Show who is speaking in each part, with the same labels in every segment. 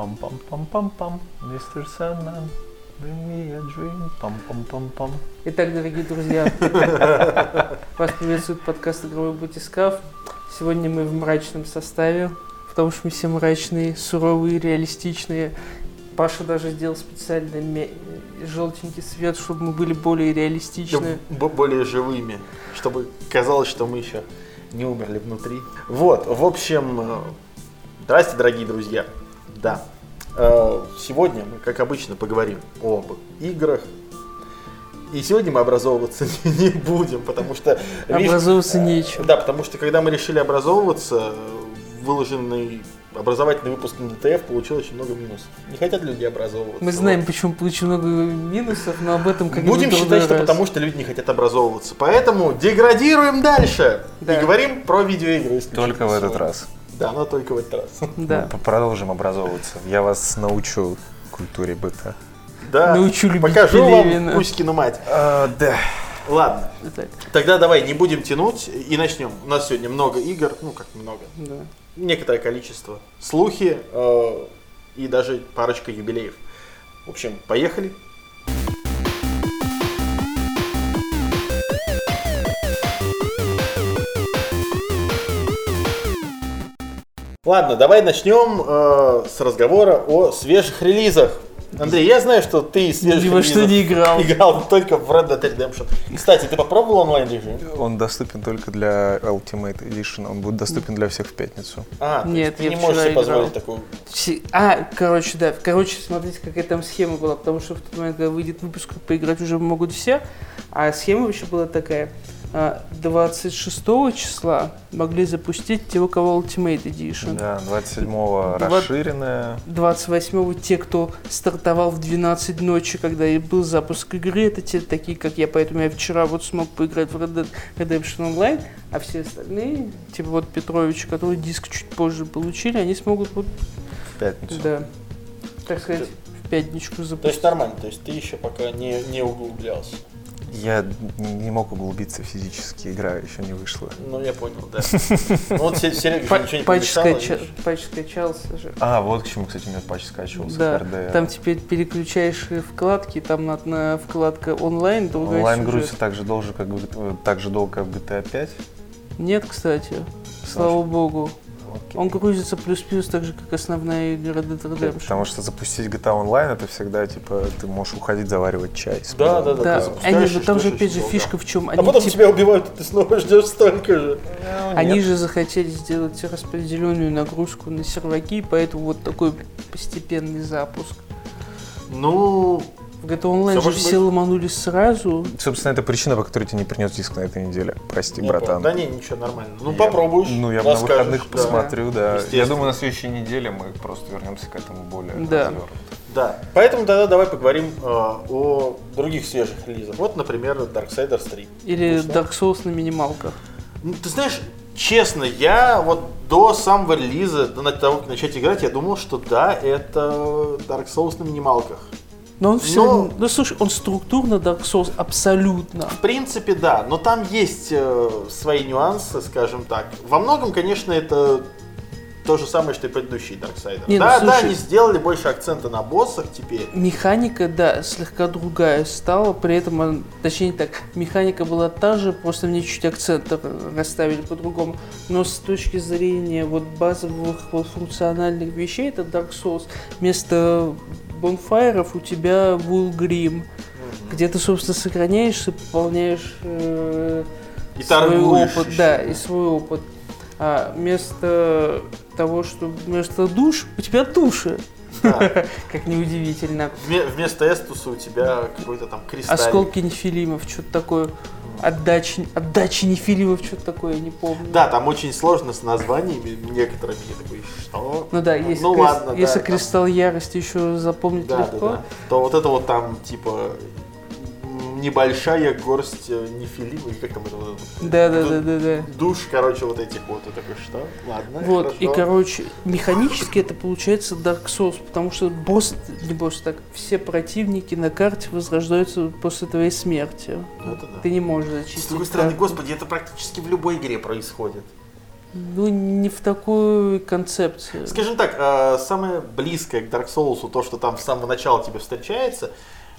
Speaker 1: Пам-пам-пам-пам-пам, мистер Sandman, bring me a dream, пам-пам-пам-пам.
Speaker 2: Итак, дорогие друзья, вас приветствует подкаст «Игровой батискаф». Сегодня мы в мрачном составе, потому что мы все мрачные, суровые, реалистичные. Паша даже сделал специально ме- желтенький свет, чтобы мы были более реалистичны.
Speaker 3: Б- более живыми, чтобы казалось, что мы еще не умерли внутри. Вот, в общем, э, здрасте, дорогие друзья. Да, Э, сегодня мы, как обычно, поговорим об играх. И сегодня мы образовываться не не будем, потому что... видишь,
Speaker 2: Образовываться нечем.
Speaker 3: да, потому что когда мы решили образовываться, э, выложенный образовательный выпуск на ДТФ получил очень много минусов. Не хотят люди образовываться.
Speaker 2: Мы
Speaker 3: вот.
Speaker 2: знаем, почему получил много минусов, но об этом как
Speaker 3: Будем считать, что потому что люди не хотят образовываться. Поэтому деградируем дальше
Speaker 2: Да.
Speaker 3: и говорим про видеоигры. исключительно
Speaker 4: Только в этот
Speaker 3: сегодня.
Speaker 4: раз.
Speaker 3: Да, но только в этот раз.
Speaker 2: Да.
Speaker 4: Мы п- продолжим образовываться. Я вас научу культуре быта.
Speaker 3: Да.
Speaker 2: Научу любить
Speaker 3: Покажу
Speaker 2: Пелевина.
Speaker 3: вам Кузькину мать.
Speaker 4: да.
Speaker 3: Ладно,
Speaker 2: Итак,
Speaker 3: тогда давай не будем тянуть и начнем. У нас сегодня много игр, ну как много,
Speaker 2: да.
Speaker 3: некоторое количество. Слухи э, и даже парочка юбилеев. В общем, поехали. Ладно, давай начнем э, с разговора о свежих релизах. Андрей, я знаю, что ты из свежих
Speaker 2: Ни во что
Speaker 3: релизов
Speaker 2: не играл.
Speaker 3: играл только в Red Dead Redemption. Кстати, ты попробовал онлайн режим?
Speaker 4: Он доступен только для Ultimate Edition. Он будет доступен для всех в пятницу.
Speaker 3: А, то есть
Speaker 2: Нет,
Speaker 3: ты
Speaker 2: я
Speaker 3: не можешь
Speaker 2: вчера
Speaker 3: себе позволить
Speaker 2: играл.
Speaker 3: такую
Speaker 2: Все- А, короче, да. Короче, смотрите, какая там схема была, потому что в тот момент, когда выйдет выпуск, поиграть уже могут все. А схема вообще была такая. а, 26 числа могли запустить те, у кого Ultimate Edition.
Speaker 4: Да, 27-го
Speaker 2: Два-
Speaker 4: расширенная.
Speaker 2: 28-го те, кто стартовал в 12 ночи, когда и был запуск игры, это те такие, как я, поэтому я вчера вот смог поиграть в Red Dead Redemption Online, а все остальные, типа вот Петровича, которые диск чуть позже получили, они смогут вот
Speaker 4: в пятницу.
Speaker 2: Да. Так сказать, в пятничку
Speaker 3: То есть
Speaker 2: запустить.
Speaker 3: нормально, то есть ты еще пока не, не углублялся.
Speaker 4: Я н- не мог углубиться физически, игра еще не вышла.
Speaker 3: Ну, я понял, да. Ну, вот Се- Серега же
Speaker 2: Па-
Speaker 3: ничего не
Speaker 2: патч
Speaker 3: помешало.
Speaker 2: скача-
Speaker 3: видишь.
Speaker 2: патч скачался же.
Speaker 4: А, вот к чему, кстати, у меня патч скачивался.
Speaker 2: Да,
Speaker 4: HRD.
Speaker 2: там теперь переключаешь вкладки, там на, на вкладка онлайн, другая
Speaker 4: Онлайн
Speaker 2: сюжет.
Speaker 4: грузится так же, долго, как, G- э, так же долго, как GTA 5.
Speaker 2: Нет, кстати, слава богу. Он грузится плюс-плюс так же, как основная игра Red Dead Redemption.
Speaker 4: Э, Потому что запустить GTA онлайн это всегда типа ты можешь уходить заваривать чай.
Speaker 3: Да, да, да.
Speaker 2: Да,
Speaker 3: ты запускаешь,
Speaker 2: они
Speaker 3: и
Speaker 2: же, там
Speaker 3: ждешь
Speaker 2: же
Speaker 3: очень
Speaker 2: опять же
Speaker 3: долго.
Speaker 2: фишка в чем.
Speaker 3: А
Speaker 2: Они,
Speaker 3: потом
Speaker 2: типа,
Speaker 3: тебя убивают, и ты снова ждешь столько же.
Speaker 2: они же захотели сделать распределенную нагрузку на серваки, поэтому вот такой постепенный запуск.
Speaker 3: Ну,
Speaker 2: В GTA Online
Speaker 3: Всё
Speaker 2: же
Speaker 3: может
Speaker 2: все
Speaker 3: быть.
Speaker 2: ломанулись сразу,
Speaker 4: Собственно, это причина, по которой тебе не принес диск на этой неделе. Прости,
Speaker 3: я понял.
Speaker 4: братан.
Speaker 3: Да не, ничего, нормально. Ну,
Speaker 4: Я-
Speaker 3: попробуешь.
Speaker 4: Ну, я на
Speaker 3: расскажешь,
Speaker 4: выходных
Speaker 3: да.
Speaker 4: посмотрю, да.
Speaker 3: Естественно.
Speaker 4: Я думаю, на следующей неделе мы просто вернемся к этому более
Speaker 2: Да.
Speaker 4: развернуто.
Speaker 3: Да. Поэтому тогда давай поговорим э, о других свежих релизах. Вот, например, Darksiders 3.
Speaker 2: Или
Speaker 3: Вышла.
Speaker 2: Dark Souls на минималках.
Speaker 3: Ну, ты знаешь, честно, я вот до самого релиза, до на- того, как начать играть, я думал, что да, это Dark Souls на минималках.
Speaker 2: Но он все.
Speaker 3: Но-
Speaker 2: Ну слушай, он структурно Dark Souls абсолютно.
Speaker 3: В принципе, да, но там есть э, свои нюансы, скажем так. Во многом, конечно, это то же самое, что и предыдущий Darksider.
Speaker 2: Не, ну,
Speaker 3: да, да,
Speaker 2: слушай.
Speaker 3: они сделали больше акцента на боссах теперь.
Speaker 2: Механика, да, слегка другая стала, при этом, он- точнее так, механика была та же, просто мне чуть акцент р- расставили по-другому. Но с точки зрения вот базовых вот функциональных вещей, это Dark Souls, вместо бонфайров у тебя Вулгрим, где ты, собственно, сохраняешься, пополняешь э,
Speaker 3: И
Speaker 2: свой
Speaker 3: торгуешь
Speaker 2: опыт,
Speaker 3: ещё,
Speaker 2: да,
Speaker 3: да.
Speaker 2: и свой опыт. А вместо того, что вместо душ, у тебя души,
Speaker 3: Да.
Speaker 2: как неудивительно.
Speaker 3: Вме- Вместо эстуса у тебя какой-то там кристаллик.
Speaker 2: Осколки нефилимов, что-то такое. Отдачи, отдачи нефилимов, что-то такое, я не помню.
Speaker 3: Да, там очень сложно с названиями некоторыми. Я такой, что?
Speaker 2: Ну да, если,
Speaker 3: ну
Speaker 2: крис-
Speaker 3: ладно, да,
Speaker 2: если
Speaker 3: там-
Speaker 2: кристалл ярости еще запомнить
Speaker 3: Да, да,
Speaker 2: Ну, легко.
Speaker 3: да. То вот это вот там, типа, м, небольшая горсть э, нефилима, или как там это? вот-
Speaker 2: Да, да,
Speaker 3: вот
Speaker 2: да, да, да.
Speaker 3: Душ, короче, вот этих вот. Я такой, что? Ладно,
Speaker 2: Вот, и,
Speaker 3: хорошо.
Speaker 2: короче, механически это получается Dark Souls, потому что босс, не босс, так, все противники на карте возрождаются после твоей смерти.
Speaker 3: Ну, это да.
Speaker 2: Ты не можешь
Speaker 3: С
Speaker 2: зачистить.
Speaker 3: другой стороны,
Speaker 2: карту.
Speaker 3: господи, это практически в любой игре происходит.
Speaker 2: ну, не в такую концепцию.
Speaker 3: Скажем так, э, самое близкое к Dark Souls, то, что там с самого начала тебе встречается,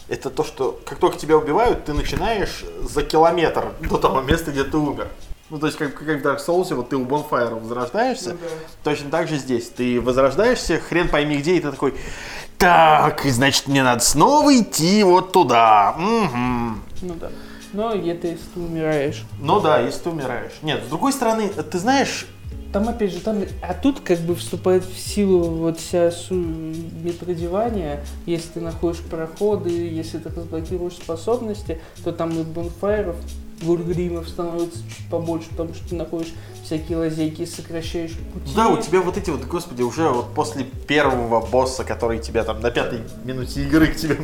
Speaker 3: это то, что как только тебя убивают, ты начинаешь за километр до того места, где ты умер. Ну, то есть, как, как в Dark Souls, вот ты у Bonfire возрождаешься, точно так же здесь. Ты возрождаешься, хрен пойми где, и ты такой, так, и значит, мне надо снова идти вот туда. Мгм».
Speaker 2: Ну да. Но это если ты умираешь.
Speaker 3: Ну да, если ты умираешь. Нет, с другой стороны, ты знаешь,
Speaker 2: Там опять же, там, а тут как бы вступает в силу вот вся су- метродевания. Если ты находишь проходы, если ты разблокируешь способности, то там и бонфайров, гургримов становится чуть побольше, потому что ты находишь всякие лазейки, сокращаешь пути.
Speaker 3: Да, у тебя вот эти вот, господи, уже вот после первого босса, который тебя там на пятой минуте игры к тебе,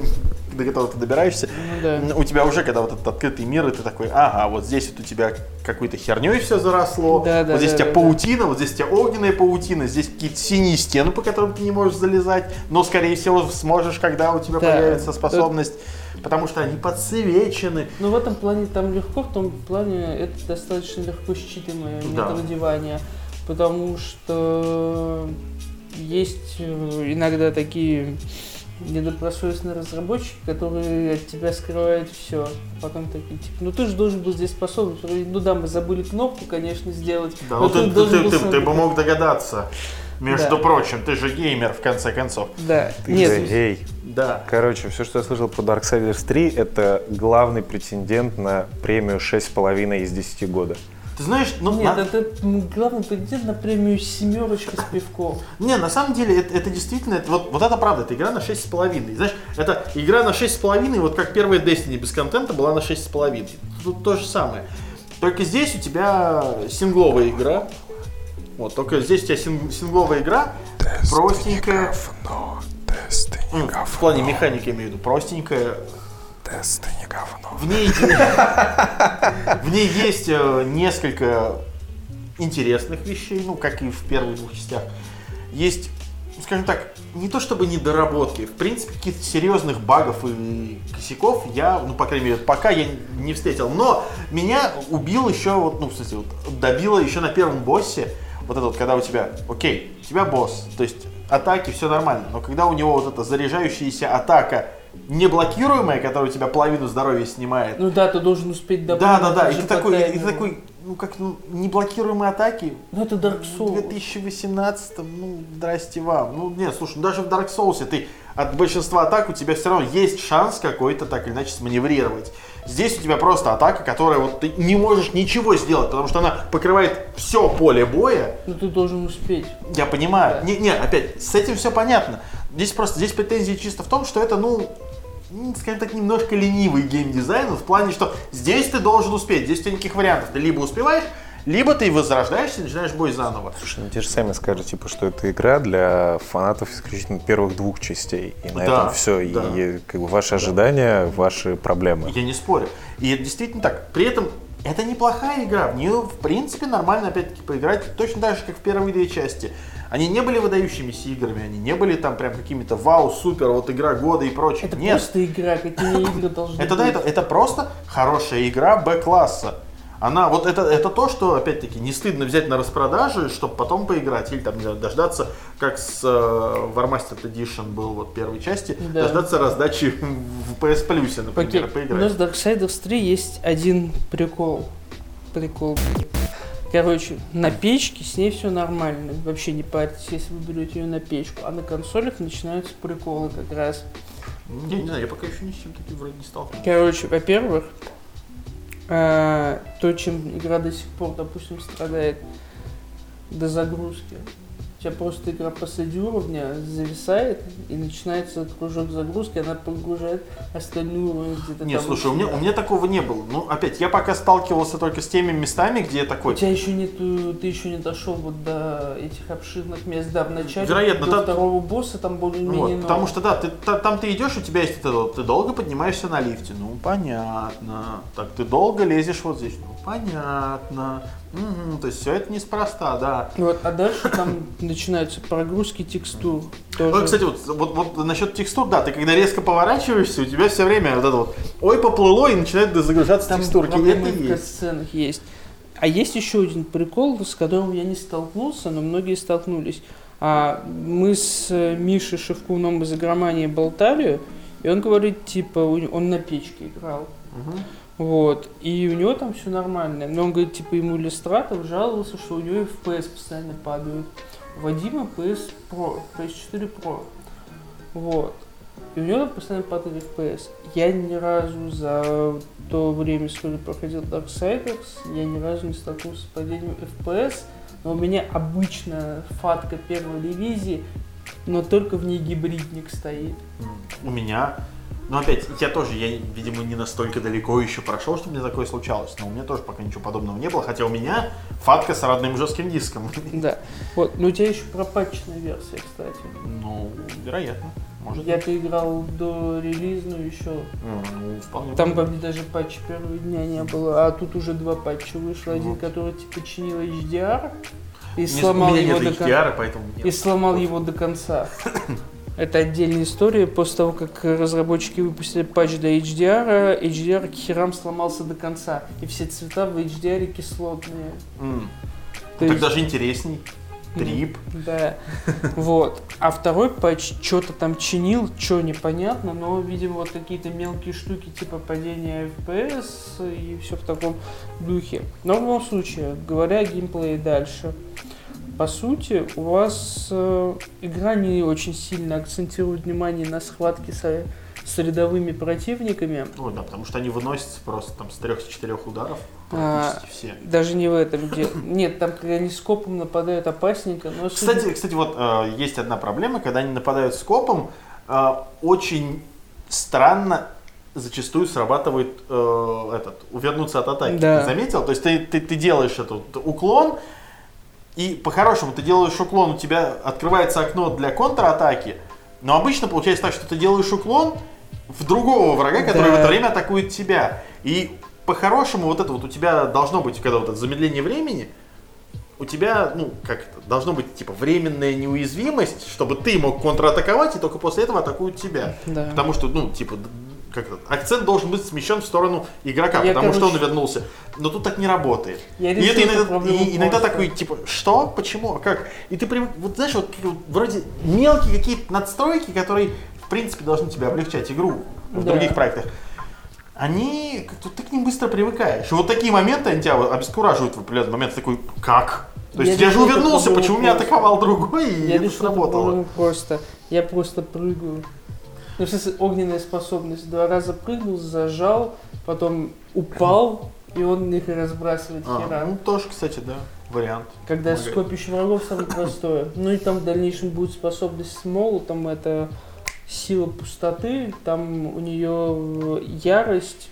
Speaker 3: до которого ты добираешься,
Speaker 2: Ну да.
Speaker 3: у тебя уже когда вот этот открытый мир, и ты такой, ага, вот здесь вот у тебя какой-то херней все заросло,
Speaker 2: Да, да,
Speaker 3: вот здесь
Speaker 2: да,
Speaker 3: у тебя
Speaker 2: да,
Speaker 3: паутина, вот здесь у тебя огненная паутина, здесь какие-то синие стены, по которым ты не можешь залезать, но, скорее всего, сможешь, когда у тебя
Speaker 2: Да.
Speaker 3: появится способность, потому что они подсвечены.
Speaker 2: Но Ну, в этом плане там легко, в том плане это достаточно легко считаемое
Speaker 3: Да.
Speaker 2: метродевание, потому что есть э, иногда такие недобросовестные разработчики, которые от тебя скрывают все. Потом такие, типа, ну ты же должен был здесь способен. Ну да, мы забыли кнопку, конечно, сделать.
Speaker 3: Да,
Speaker 2: но
Speaker 3: ну ты,
Speaker 2: должен
Speaker 3: ты-
Speaker 2: был
Speaker 3: ты-
Speaker 2: сам
Speaker 3: ты бы
Speaker 2: это-
Speaker 3: мог догадаться,
Speaker 2: Да.
Speaker 3: между прочим, ты же геймер, в конце концов.
Speaker 2: Да,
Speaker 4: Ты же,
Speaker 2: нет,
Speaker 4: эй.
Speaker 3: Да.
Speaker 4: Короче, все, что я слышал про Darksiders 3, это главный претендент на премию 6,5 из 10 года.
Speaker 3: Ты знаешь, ну,
Speaker 2: нет,
Speaker 3: на-
Speaker 2: это м, главный претендент на премию «Семерочка» с пивком.
Speaker 3: не, на самом деле, это, это действительно, это, вот, вот это правда, это игра на 6,5. И Знаешь, это игра на 6,5, вот как первая Destiny без контента была на 6,5. Тут то же самое. Только здесь у тебя сингловая игра. Вот, только здесь у тебя син- сингловая игра, простенькая,
Speaker 4: говно, тесты
Speaker 3: ну, в плане механики я имею в виду, простенькая,
Speaker 4: тесты не говно.
Speaker 3: В ней, е- в ней есть э, несколько интересных вещей, ну, как и в первых двух частях. Есть, ну, скажем так, не то чтобы недоработки, в принципе, каких-то серьезных багов и косяков я, ну, по крайней мере, пока я не встретил. Но меня убил еще, вот, ну, в смысле, вот, добило еще на первом боссе, вот это вот, когда у тебя, окей, у тебя босс, то есть атаки, все нормально, но когда у него вот эта заряжающаяся атака неблокируемая, которая у тебя половину здоровья снимает,
Speaker 2: Ну да, ты должен успеть
Speaker 3: да, да, да.
Speaker 2: даже
Speaker 3: И ты
Speaker 2: по
Speaker 3: такой, и ты
Speaker 2: таймеру.
Speaker 3: такой, ну как, ну, неблокируемые атаки.
Speaker 2: Ну это Dark
Speaker 3: В
Speaker 2: Souls.
Speaker 3: 2018, ну, здрасте вам. Ну, нет, слушай, ну, даже в Dark Souls ты от большинства атак у тебя все равно есть шанс какой-то так или иначе сманеврировать. Здесь у тебя просто атака, которая вот ты не можешь ничего сделать, потому что она покрывает все поле боя.
Speaker 2: Ну ты должен успеть.
Speaker 3: Я
Speaker 2: Да.
Speaker 3: понимаю. Не, не, опять, с этим все понятно. Здесь просто, здесь претензии чисто в том, что это, ну, м, скажем так, немножко ленивый геймдизайн, в плане, что здесь ты должен успеть, здесь у тебя никаких вариантов. Ты либо успеваешь, либо ты возрождаешься и начинаешь бой заново.
Speaker 4: Слушай, ну те же сами скажут, типа, что это игра для фанатов исключительно первых двух частей. И
Speaker 3: Да,
Speaker 4: на этом все.
Speaker 3: да.
Speaker 4: И, э, как бы ваши ожидания, ваши проблемы.
Speaker 3: Я не спорю. И это действительно так. При этом это неплохая игра. В нее, в принципе, нормально, опять-таки, поиграть. Точно так же, как в первые две части. Они не были выдающимися играми, они не были там прям какими-то вау, супер, вот игра года и прочее.
Speaker 2: Это
Speaker 3: Нет.
Speaker 2: просто игра, какие игры должны
Speaker 3: Это да,
Speaker 2: быть.
Speaker 3: это, это просто хорошая игра Б-класса. Она вот это, это то, что, опять-таки, не стыдно взять на распродаже, чтобы потом поиграть, или там не знаю, дождаться, как с э, Warmastered Edition был вот первой части,
Speaker 2: Да.
Speaker 3: дождаться раздачи в PS Plus, например,
Speaker 2: Окей,
Speaker 3: и
Speaker 2: у нас
Speaker 3: поиграть.
Speaker 2: в Darksiders 3 есть один прикол. Прикол. Короче, на печке с ней все нормально. Вообще не парьтесь, если вы берете ее на печку. А на консолях начинаются приколы как раз.
Speaker 3: Ну, Я не знаю, я пока еще ни с чем таким вроде не сталкивался.
Speaker 2: Короче, во-первых, а, то, чем игра до сих пор, допустим, страдает до загрузки. У тебя просто игра посреди уровня зависает, и начинается кружок загрузки, она погружает остальной уровень где-то
Speaker 3: Не,
Speaker 2: там
Speaker 3: слушай, у
Speaker 2: еще.
Speaker 3: меня, у меня такого не было. Ну, опять, я пока сталкивался только с теми местами, где я
Speaker 2: У
Speaker 3: такой,
Speaker 2: тебя еще нету, ты еще не дошел вот до этих обширных мест, да, в начале,
Speaker 3: Вероятно,
Speaker 2: до
Speaker 3: там-
Speaker 2: второго босса там более-менее
Speaker 3: Вот,
Speaker 2: ново.
Speaker 3: потому что, да, ты, та- там ты идешь, у тебя есть вот это вот, ты долго поднимаешься на лифте, ну, понятно. Так, ты долго лезешь вот здесь, ну, понятно. Мгм, то есть все это неспроста, да.
Speaker 2: Вот, а дальше там начинаются прогрузки текстур.
Speaker 3: Ну,
Speaker 2: Тоже.
Speaker 3: кстати, вот, вот, вот насчет текстур, да, ты когда резко поворачиваешься, у тебя все время вот это вот, ой, поплыло, и начинает загружаться
Speaker 2: Там
Speaker 3: текстурки.
Speaker 2: проблемы
Speaker 3: Это
Speaker 2: в
Speaker 3: есть.
Speaker 2: катсценах есть. А есть еще один прикол, с которым я не столкнулся, но многие столкнулись. А мы с э, Мишей Шевкуном из игромании болтали, и он говорит, типа, у- он на печке играл. Вот. И у него там все нормально. Но он говорит, типа, ему Иллюстратор жаловался, что у него FPS постоянно падают. У Вадима PS Pro, PS4 Pro. Вот. И у него там постоянно падали FPS. Я ни разу за то время, сколько проходил Darksiders, я ни разу не столкнулся с падением FPS. Но у меня обычно фатка первой дивизии, но только в ней гибридник стоит.
Speaker 3: У меня. Но опять, я тоже, я, видимо, не настолько далеко еще прошел, чтобы мне такое случалось. Но у меня тоже пока ничего подобного не было. Хотя у меня фатка с родным жестким диском.
Speaker 2: Да. Вот. Но у тебя еще пропатченная версия, кстати.
Speaker 3: Ну, вероятно. Может.
Speaker 2: Я играл до релизную еще.
Speaker 3: Ну, вполне.
Speaker 2: Там по мне даже патча первого дня не было, а тут уже два патча вышло. Один,
Speaker 3: Вот.
Speaker 2: который типа чинил HDR и
Speaker 3: Не-
Speaker 2: сломал
Speaker 3: у меня
Speaker 2: его
Speaker 3: нет
Speaker 2: до конца.
Speaker 3: HDR, поэтому нет.
Speaker 2: И сломал его до конца. Это отдельная история. После того, как разработчики выпустили патч до HDR, HDR к херам сломался до конца. И все цвета в HDR кислотные.
Speaker 3: М.
Speaker 2: То
Speaker 3: Ну, так
Speaker 2: есть-
Speaker 3: даже интересней. Трип.
Speaker 2: Да. Вот. А второй патч что-то там чинил, что непонятно, но, видимо, вот какие-то мелкие штуки типа падения FPS и все в таком духе. Но в любом случае, говоря о геймплее дальше, по сути, у вас э, игра не очень сильно акцентирует внимание на схватке со- с рядовыми противниками.
Speaker 3: Ну да, потому что они выносятся просто там с трех-четырех ударов.
Speaker 2: А,
Speaker 3: Практически все.
Speaker 2: Даже не в этом дело. Нет, там, когда они скопом нападают опасненько, но... судя-
Speaker 3: Кстати, кстати, вот э, есть одна проблема, когда они нападают скопом, э, очень странно зачастую срабатывает э, этот увернуться от атаки.
Speaker 2: Да.
Speaker 3: Ты заметил? То есть ты, ты, ты делаешь этот уклон, и по-хорошему ты делаешь уклон, у тебя открывается окно для контратаки, но обычно получается так, что ты делаешь уклон в другого врага, который в
Speaker 2: Да.
Speaker 3: это время атакует тебя. И по-хорошему вот это вот у тебя должно быть, когда вот это замедление времени, у тебя, ну, как это, должно быть, типа, временная неуязвимость, чтобы ты мог контратаковать, и только после этого атакуют тебя.
Speaker 2: Да.
Speaker 3: Потому что, ну, типа, д- как это, акцент должен быть смещен в сторону игрока,
Speaker 2: Я,
Speaker 3: потому что он
Speaker 2: короче,
Speaker 3: вернулся. Но тут так не работает.
Speaker 2: Я
Speaker 3: и
Speaker 2: решил
Speaker 3: это
Speaker 2: эту
Speaker 3: иногда,
Speaker 2: проблему
Speaker 3: и иногда
Speaker 2: просто.
Speaker 3: такой, типа, что? Почему? А Как? И ты привык, вот знаешь, вот, как вот вроде мелкие какие-то надстройки, которые, в принципе, должны тебе облегчать игру в
Speaker 2: Да.
Speaker 3: других проектах. Они, как-то ты к ним быстро привыкаешь. И вот такие моменты, они тебя обескураживают в определенный момент. Ты такой, как? То
Speaker 2: Я
Speaker 3: есть я, же
Speaker 2: решил эту
Speaker 3: увернулся,
Speaker 2: проблему
Speaker 3: почему меня
Speaker 2: просто.
Speaker 3: атаковал другой, и
Speaker 2: Я
Speaker 3: это
Speaker 2: решил эту
Speaker 3: сработало.
Speaker 2: проблему просто. Я просто прыгаю. Ну, в смысле, огненная способность. Два раза прыгнул, зажал, потом упал, и он их и разбрасывает
Speaker 3: А,
Speaker 2: хера.
Speaker 3: ну, тоже, кстати, да, вариант.
Speaker 2: Когда
Speaker 3: помогает.
Speaker 2: скопище врагов самое простое. Ну и там в дальнейшем будет способность с молотом, это сила пустоты, там у нее ярость,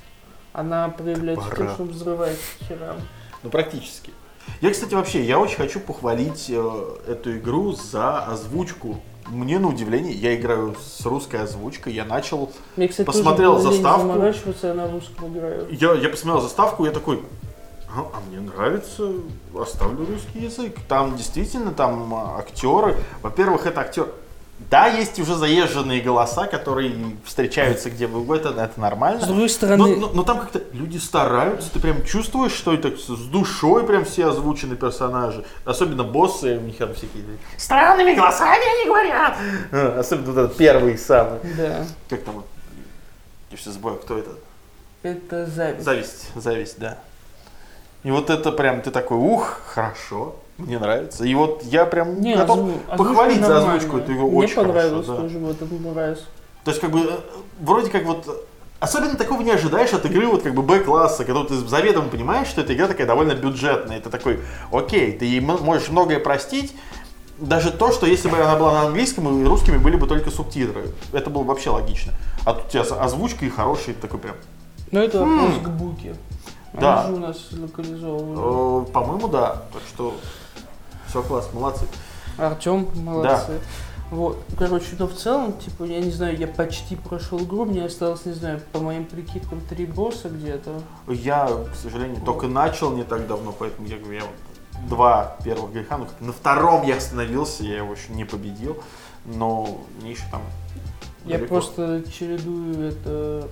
Speaker 2: она проявляется в том,
Speaker 4: Топора.
Speaker 2: что он взрывает херам.
Speaker 3: Ну, практически. Я, кстати, вообще, я очень хочу похвалить э, эту игру за озвучку. Мне на удивление, я играю с русской озвучкой, я начал...
Speaker 2: Мне, кстати, тоже
Speaker 3: Посмотрел
Speaker 2: было лень
Speaker 3: заставку.
Speaker 2: заморачиваться, я на русском играю.
Speaker 3: Я, я посмотрел заставку, я такой, а, а мне нравится, оставлю русский язык. Там действительно, там а, актеры, во-первых, это актер... Да, есть уже заезженные голоса, которые встречаются где бы угодно, это нормально.
Speaker 2: С другой стороны,
Speaker 3: Но, но- но там как-то люди стараются, ты прям чувствуешь, что это с с душой прям все озвучены персонажи. Особенно боссы, у них там всякие странными голосами они говорят. Э, Особенно вот этот первый самый.
Speaker 2: да,
Speaker 3: Как там? вот? Я все забываю, кто это?
Speaker 2: это зависть.
Speaker 3: Зависть, зависть, да. И вот это прям, ты такой, ух, хорошо, мне нравится. И вот я прям
Speaker 2: Не,
Speaker 3: готов
Speaker 2: озв- озвучка
Speaker 3: похвалить за
Speaker 2: нормальная.
Speaker 3: озвучку эту игру.
Speaker 2: Мне
Speaker 3: очень хорошо,
Speaker 2: понравилось
Speaker 3: да.
Speaker 2: тоже в этом раз.
Speaker 3: То есть, как бы, э, вроде как вот... э, Особенно такого не ожидаешь от игры вот как бы Б-класса, когда ты заведомо понимаешь, что эта игра такая довольно бюджетная. И ты такой, окей, ты ей м- можешь многое простить, даже то, что если бы она была на английском, и русскими были бы только субтитры. Это было бы вообще логично. А тут у тебя с- озвучка и хороший такой прям.
Speaker 2: Но Ну, это
Speaker 3: М.
Speaker 2: вопрос к Буке.
Speaker 3: Хм. Да.
Speaker 2: Они же у нас локализованы.
Speaker 3: Э, По-моему, да. Так что все класс, молодцы.
Speaker 2: Артем, молодцы. Вот, короче, но в целом, типа, я не знаю, я почти прошел игру, мне осталось, не знаю, по моим прикидкам, три босса где-то.
Speaker 3: Я, к сожалению, только начал не так давно, поэтому я говорю, я вот два первых греха, ну, как на втором я остановился, я его еще не победил, но мне еще там
Speaker 2: Я
Speaker 3: далеко.
Speaker 2: просто чередую это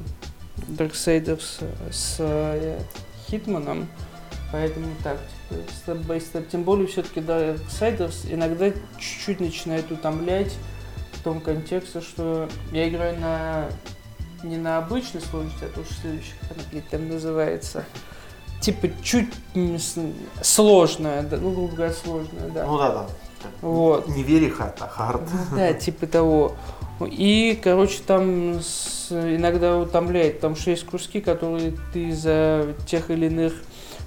Speaker 2: Darksiders с э, Хитманом. Поэтому так, типа, степ-бай-степ. Тем более, все-таки Darksiders иногда чуть-чуть начинает утомлять в том контексте, что я играю на не на обычной сложности, а то, что следующий, как она, блядь, там называется. Типа чуть м, с- сложная, да, ну, грубо говоря, сложная, да.
Speaker 3: Ну да, да.
Speaker 2: Вот.
Speaker 3: Не вериха, а хард.
Speaker 2: Да, типа того. И, короче, там с- иногда утомляет, потому что есть куски, которые ты из-за тех или иных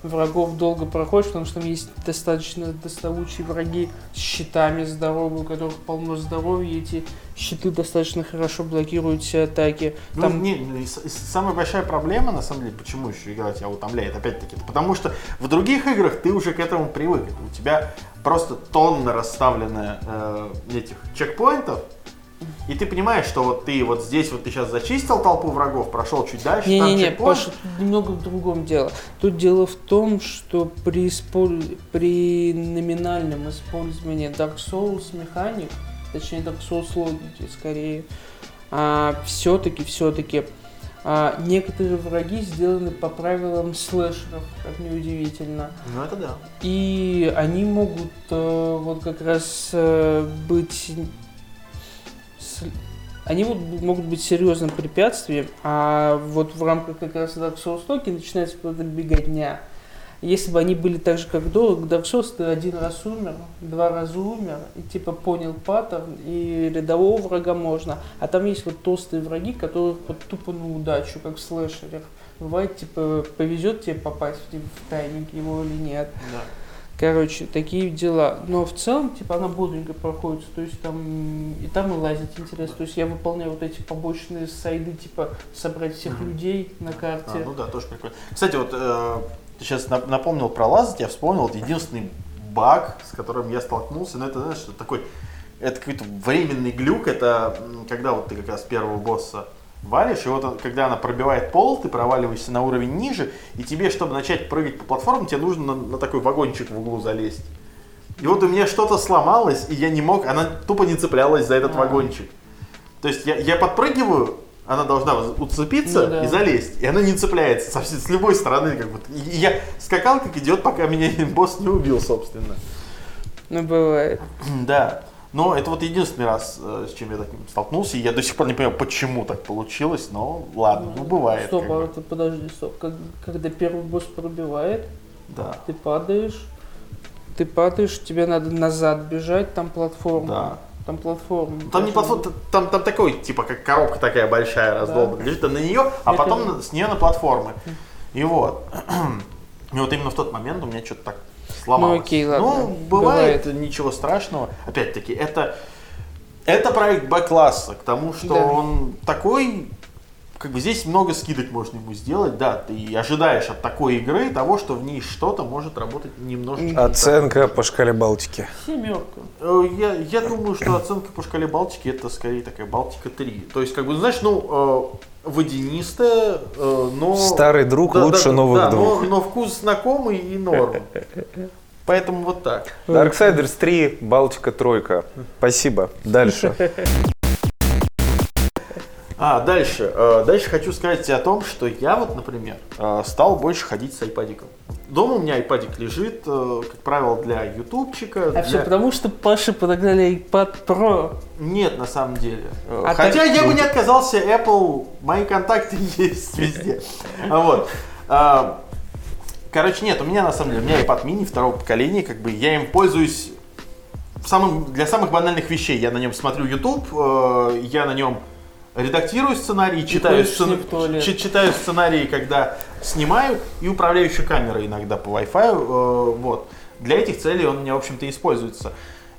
Speaker 2: врагов долго проходишь, потому что там есть достаточно доставучие враги с щитами здоровыми, у которых полно здоровья, и эти щиты достаточно хорошо блокируют все атаки.
Speaker 3: Ну,
Speaker 2: Там-
Speaker 3: не, ну, и с- и самая большая проблема, на самом деле, почему еще игра тебя утомляет, опять-таки, это потому что в других играх ты уже к этому привык. У тебя просто тонна расставленная э, этих чекпоинтов, и ты понимаешь, что вот ты вот здесь вот ты сейчас зачистил толпу врагов, прошел чуть дальше, там
Speaker 2: Не-не-не,
Speaker 3: чекпоинт.
Speaker 2: Паша, тут немного в другом дело. Тут дело в том, что при, исполь- при номинальном использовании Dark Souls механик, точнее Dark Souls логики скорее, а, все-таки, все-таки а, некоторые враги сделаны по правилам слэшеров, как неудивительно.
Speaker 3: Ну это да.
Speaker 2: И они могут э, вот как раз э, быть... с- Они вот могут быть серьезным препятствием, а вот в рамках как раз Dark Souls Токи начинается вот эта беготня. Если бы они были так же, как до Dark Souls, ты один раз умер, два раза умер, и типа понял паттерн, и рядового врага можно. А там есть вот толстые враги, которых вот тупо на удачу, как в слэшерах. Бывает, типа, повезет тебе попасть в, в тайминг его или нет. Короче, такие дела. Но в целом, типа, она бодренько проходится. То есть там и там и лазить интересно. То есть я выполняю вот эти побочные сайды, типа, собрать всех
Speaker 3: Мгм.
Speaker 2: людей на карте.
Speaker 3: А, ну да, тоже прикольно. Кстати, вот э, ты сейчас напомнил про лазать, я вспомнил вот единственный баг, с которым я столкнулся, но это, знаешь, что такой, это какой-то временный глюк, это м, когда вот ты как раз первого босса валишь, и вот он- когда она пробивает пол, ты проваливаешься на уровень ниже, и тебе, чтобы начать прыгать по платформам, тебе нужно на, на такой вагончик в углу залезть. И вот у меня что-то сломалось, и я не мог, она тупо не цеплялась за этот
Speaker 2: А.
Speaker 3: вагончик. То есть я, я подпрыгиваю, она должна воз- уцепиться
Speaker 2: Ну да.
Speaker 3: и залезть. И она не цепляется совсем с любой стороны. Как будто. И я скакал, как идет, пока меня босс не убил, собственно.
Speaker 2: Ну, бывает.
Speaker 3: Да. Но это вот единственный раз, э, с чем я таким столкнулся. И я до сих пор не понимаю, почему так получилось, но ладно, ну бывает.
Speaker 2: Стоп,
Speaker 3: как
Speaker 2: а
Speaker 3: бы.
Speaker 2: вот подожди, стоп. Как- когда первый босс пробивает,
Speaker 3: Да.
Speaker 2: ты падаешь, ты падаешь, тебе надо назад бежать, там платформа.
Speaker 3: Да.
Speaker 2: Там платформа.
Speaker 3: Там не
Speaker 2: Поэтому-
Speaker 3: платформа, там, там такой, типа, как коробка такая большая раздолбанная, лежит на нее, а
Speaker 2: Это-
Speaker 3: потом на- с нее на платформы. И вот. И вот именно в тот момент у меня что-то так сломалось.
Speaker 2: Ну, окей, ладно.
Speaker 3: Ну, бывает, ничего страшного. Опять-таки, это, это проект Б-класса, к тому, что
Speaker 2: Да.
Speaker 3: он такой, как бы здесь много скидок можно ему сделать, да, ты ожидаешь от такой игры того, что в ней что-то может работать немножечко. не так.
Speaker 4: А Оценка по шкале Балтики.
Speaker 2: Семерка.
Speaker 3: Э, Я, я думаю, что оценка по шкале Балтики это скорее такая Балтика 3. То есть, как бы, знаешь, ну, э, водянистая, э, но...
Speaker 4: Старый друг
Speaker 3: Да,
Speaker 4: лучше
Speaker 3: да,
Speaker 4: новых
Speaker 3: да,
Speaker 4: двух.
Speaker 3: но, но вкус знакомый и норм. Поэтому вот так.
Speaker 4: Darksiders 3, Балтика тройка. Спасибо. Дальше.
Speaker 3: А, дальше. Э, Дальше хочу сказать тебе о том, что я вот, например, э, стал больше ходить с айпадиком. Дома у меня айпадик лежит, э, как правило, для ютубчика.
Speaker 2: А все
Speaker 3: для-
Speaker 2: потому, что Паше подогнали iPad Pro.
Speaker 3: Нет, на самом деле. Э,
Speaker 2: А
Speaker 3: Хотя
Speaker 2: так-
Speaker 3: я бы не отказался, Apple, мои контакты есть везде. А Вот. А, Короче, нет, у меня на самом деле, у меня iPad mini второго поколения, как бы я им пользуюсь в самом- для самых банальных вещей. Я на нем смотрю YouTube, э, я на нем редактирую сценарии, читаю,
Speaker 2: ходишь с ним в туалет.
Speaker 3: чи- читаю сценарии, когда снимаю, и управляю еще камерой иногда по Wi-Fi. э, Вот. Для этих целей он у меня, в общем-то, используется.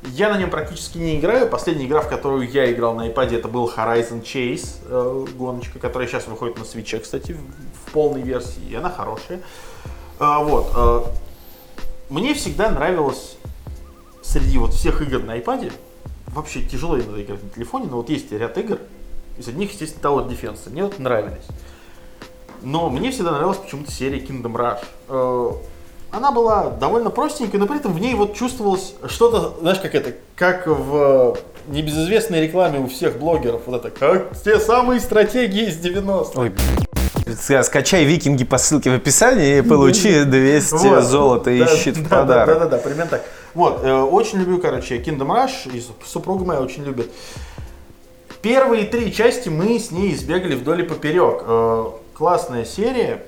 Speaker 3: Я на нем практически не играю. Последняя игра, в которую я играл на iPad, это был Horizon Chase, э, гоночка, которая сейчас выходит на Switch, кстати, в- в полной версии. и Она хорошая. А, Вот. э, Мне всегда нравилось среди вот всех игр на iPad, вообще тяжело иногда играть на телефоне, но вот есть ряд игр, из одних, естественно, Tower Defense, мне вот нравились. Но мне всегда нравилась почему-то серия Kingdom Rush. Э, Она была довольно простенькой, но при этом в ней вот чувствовалось что-то, знаешь, как это, как в э, небезызвестной рекламе у всех блогеров, вот это, как те самые стратегии из 90-х.
Speaker 4: Ой, Ска- Скачай викинги по ссылке в описании и получи 200
Speaker 3: Вот.
Speaker 4: золота и
Speaker 3: Да,
Speaker 4: щит в
Speaker 3: да,
Speaker 4: подарок.
Speaker 3: Да, да, да, примерно так. Вот, э, очень люблю, короче, Kingdom Rush, и суп- супруга моя очень любит. Первые три части мы с ней избегали вдоль и поперек. Э, классная серия.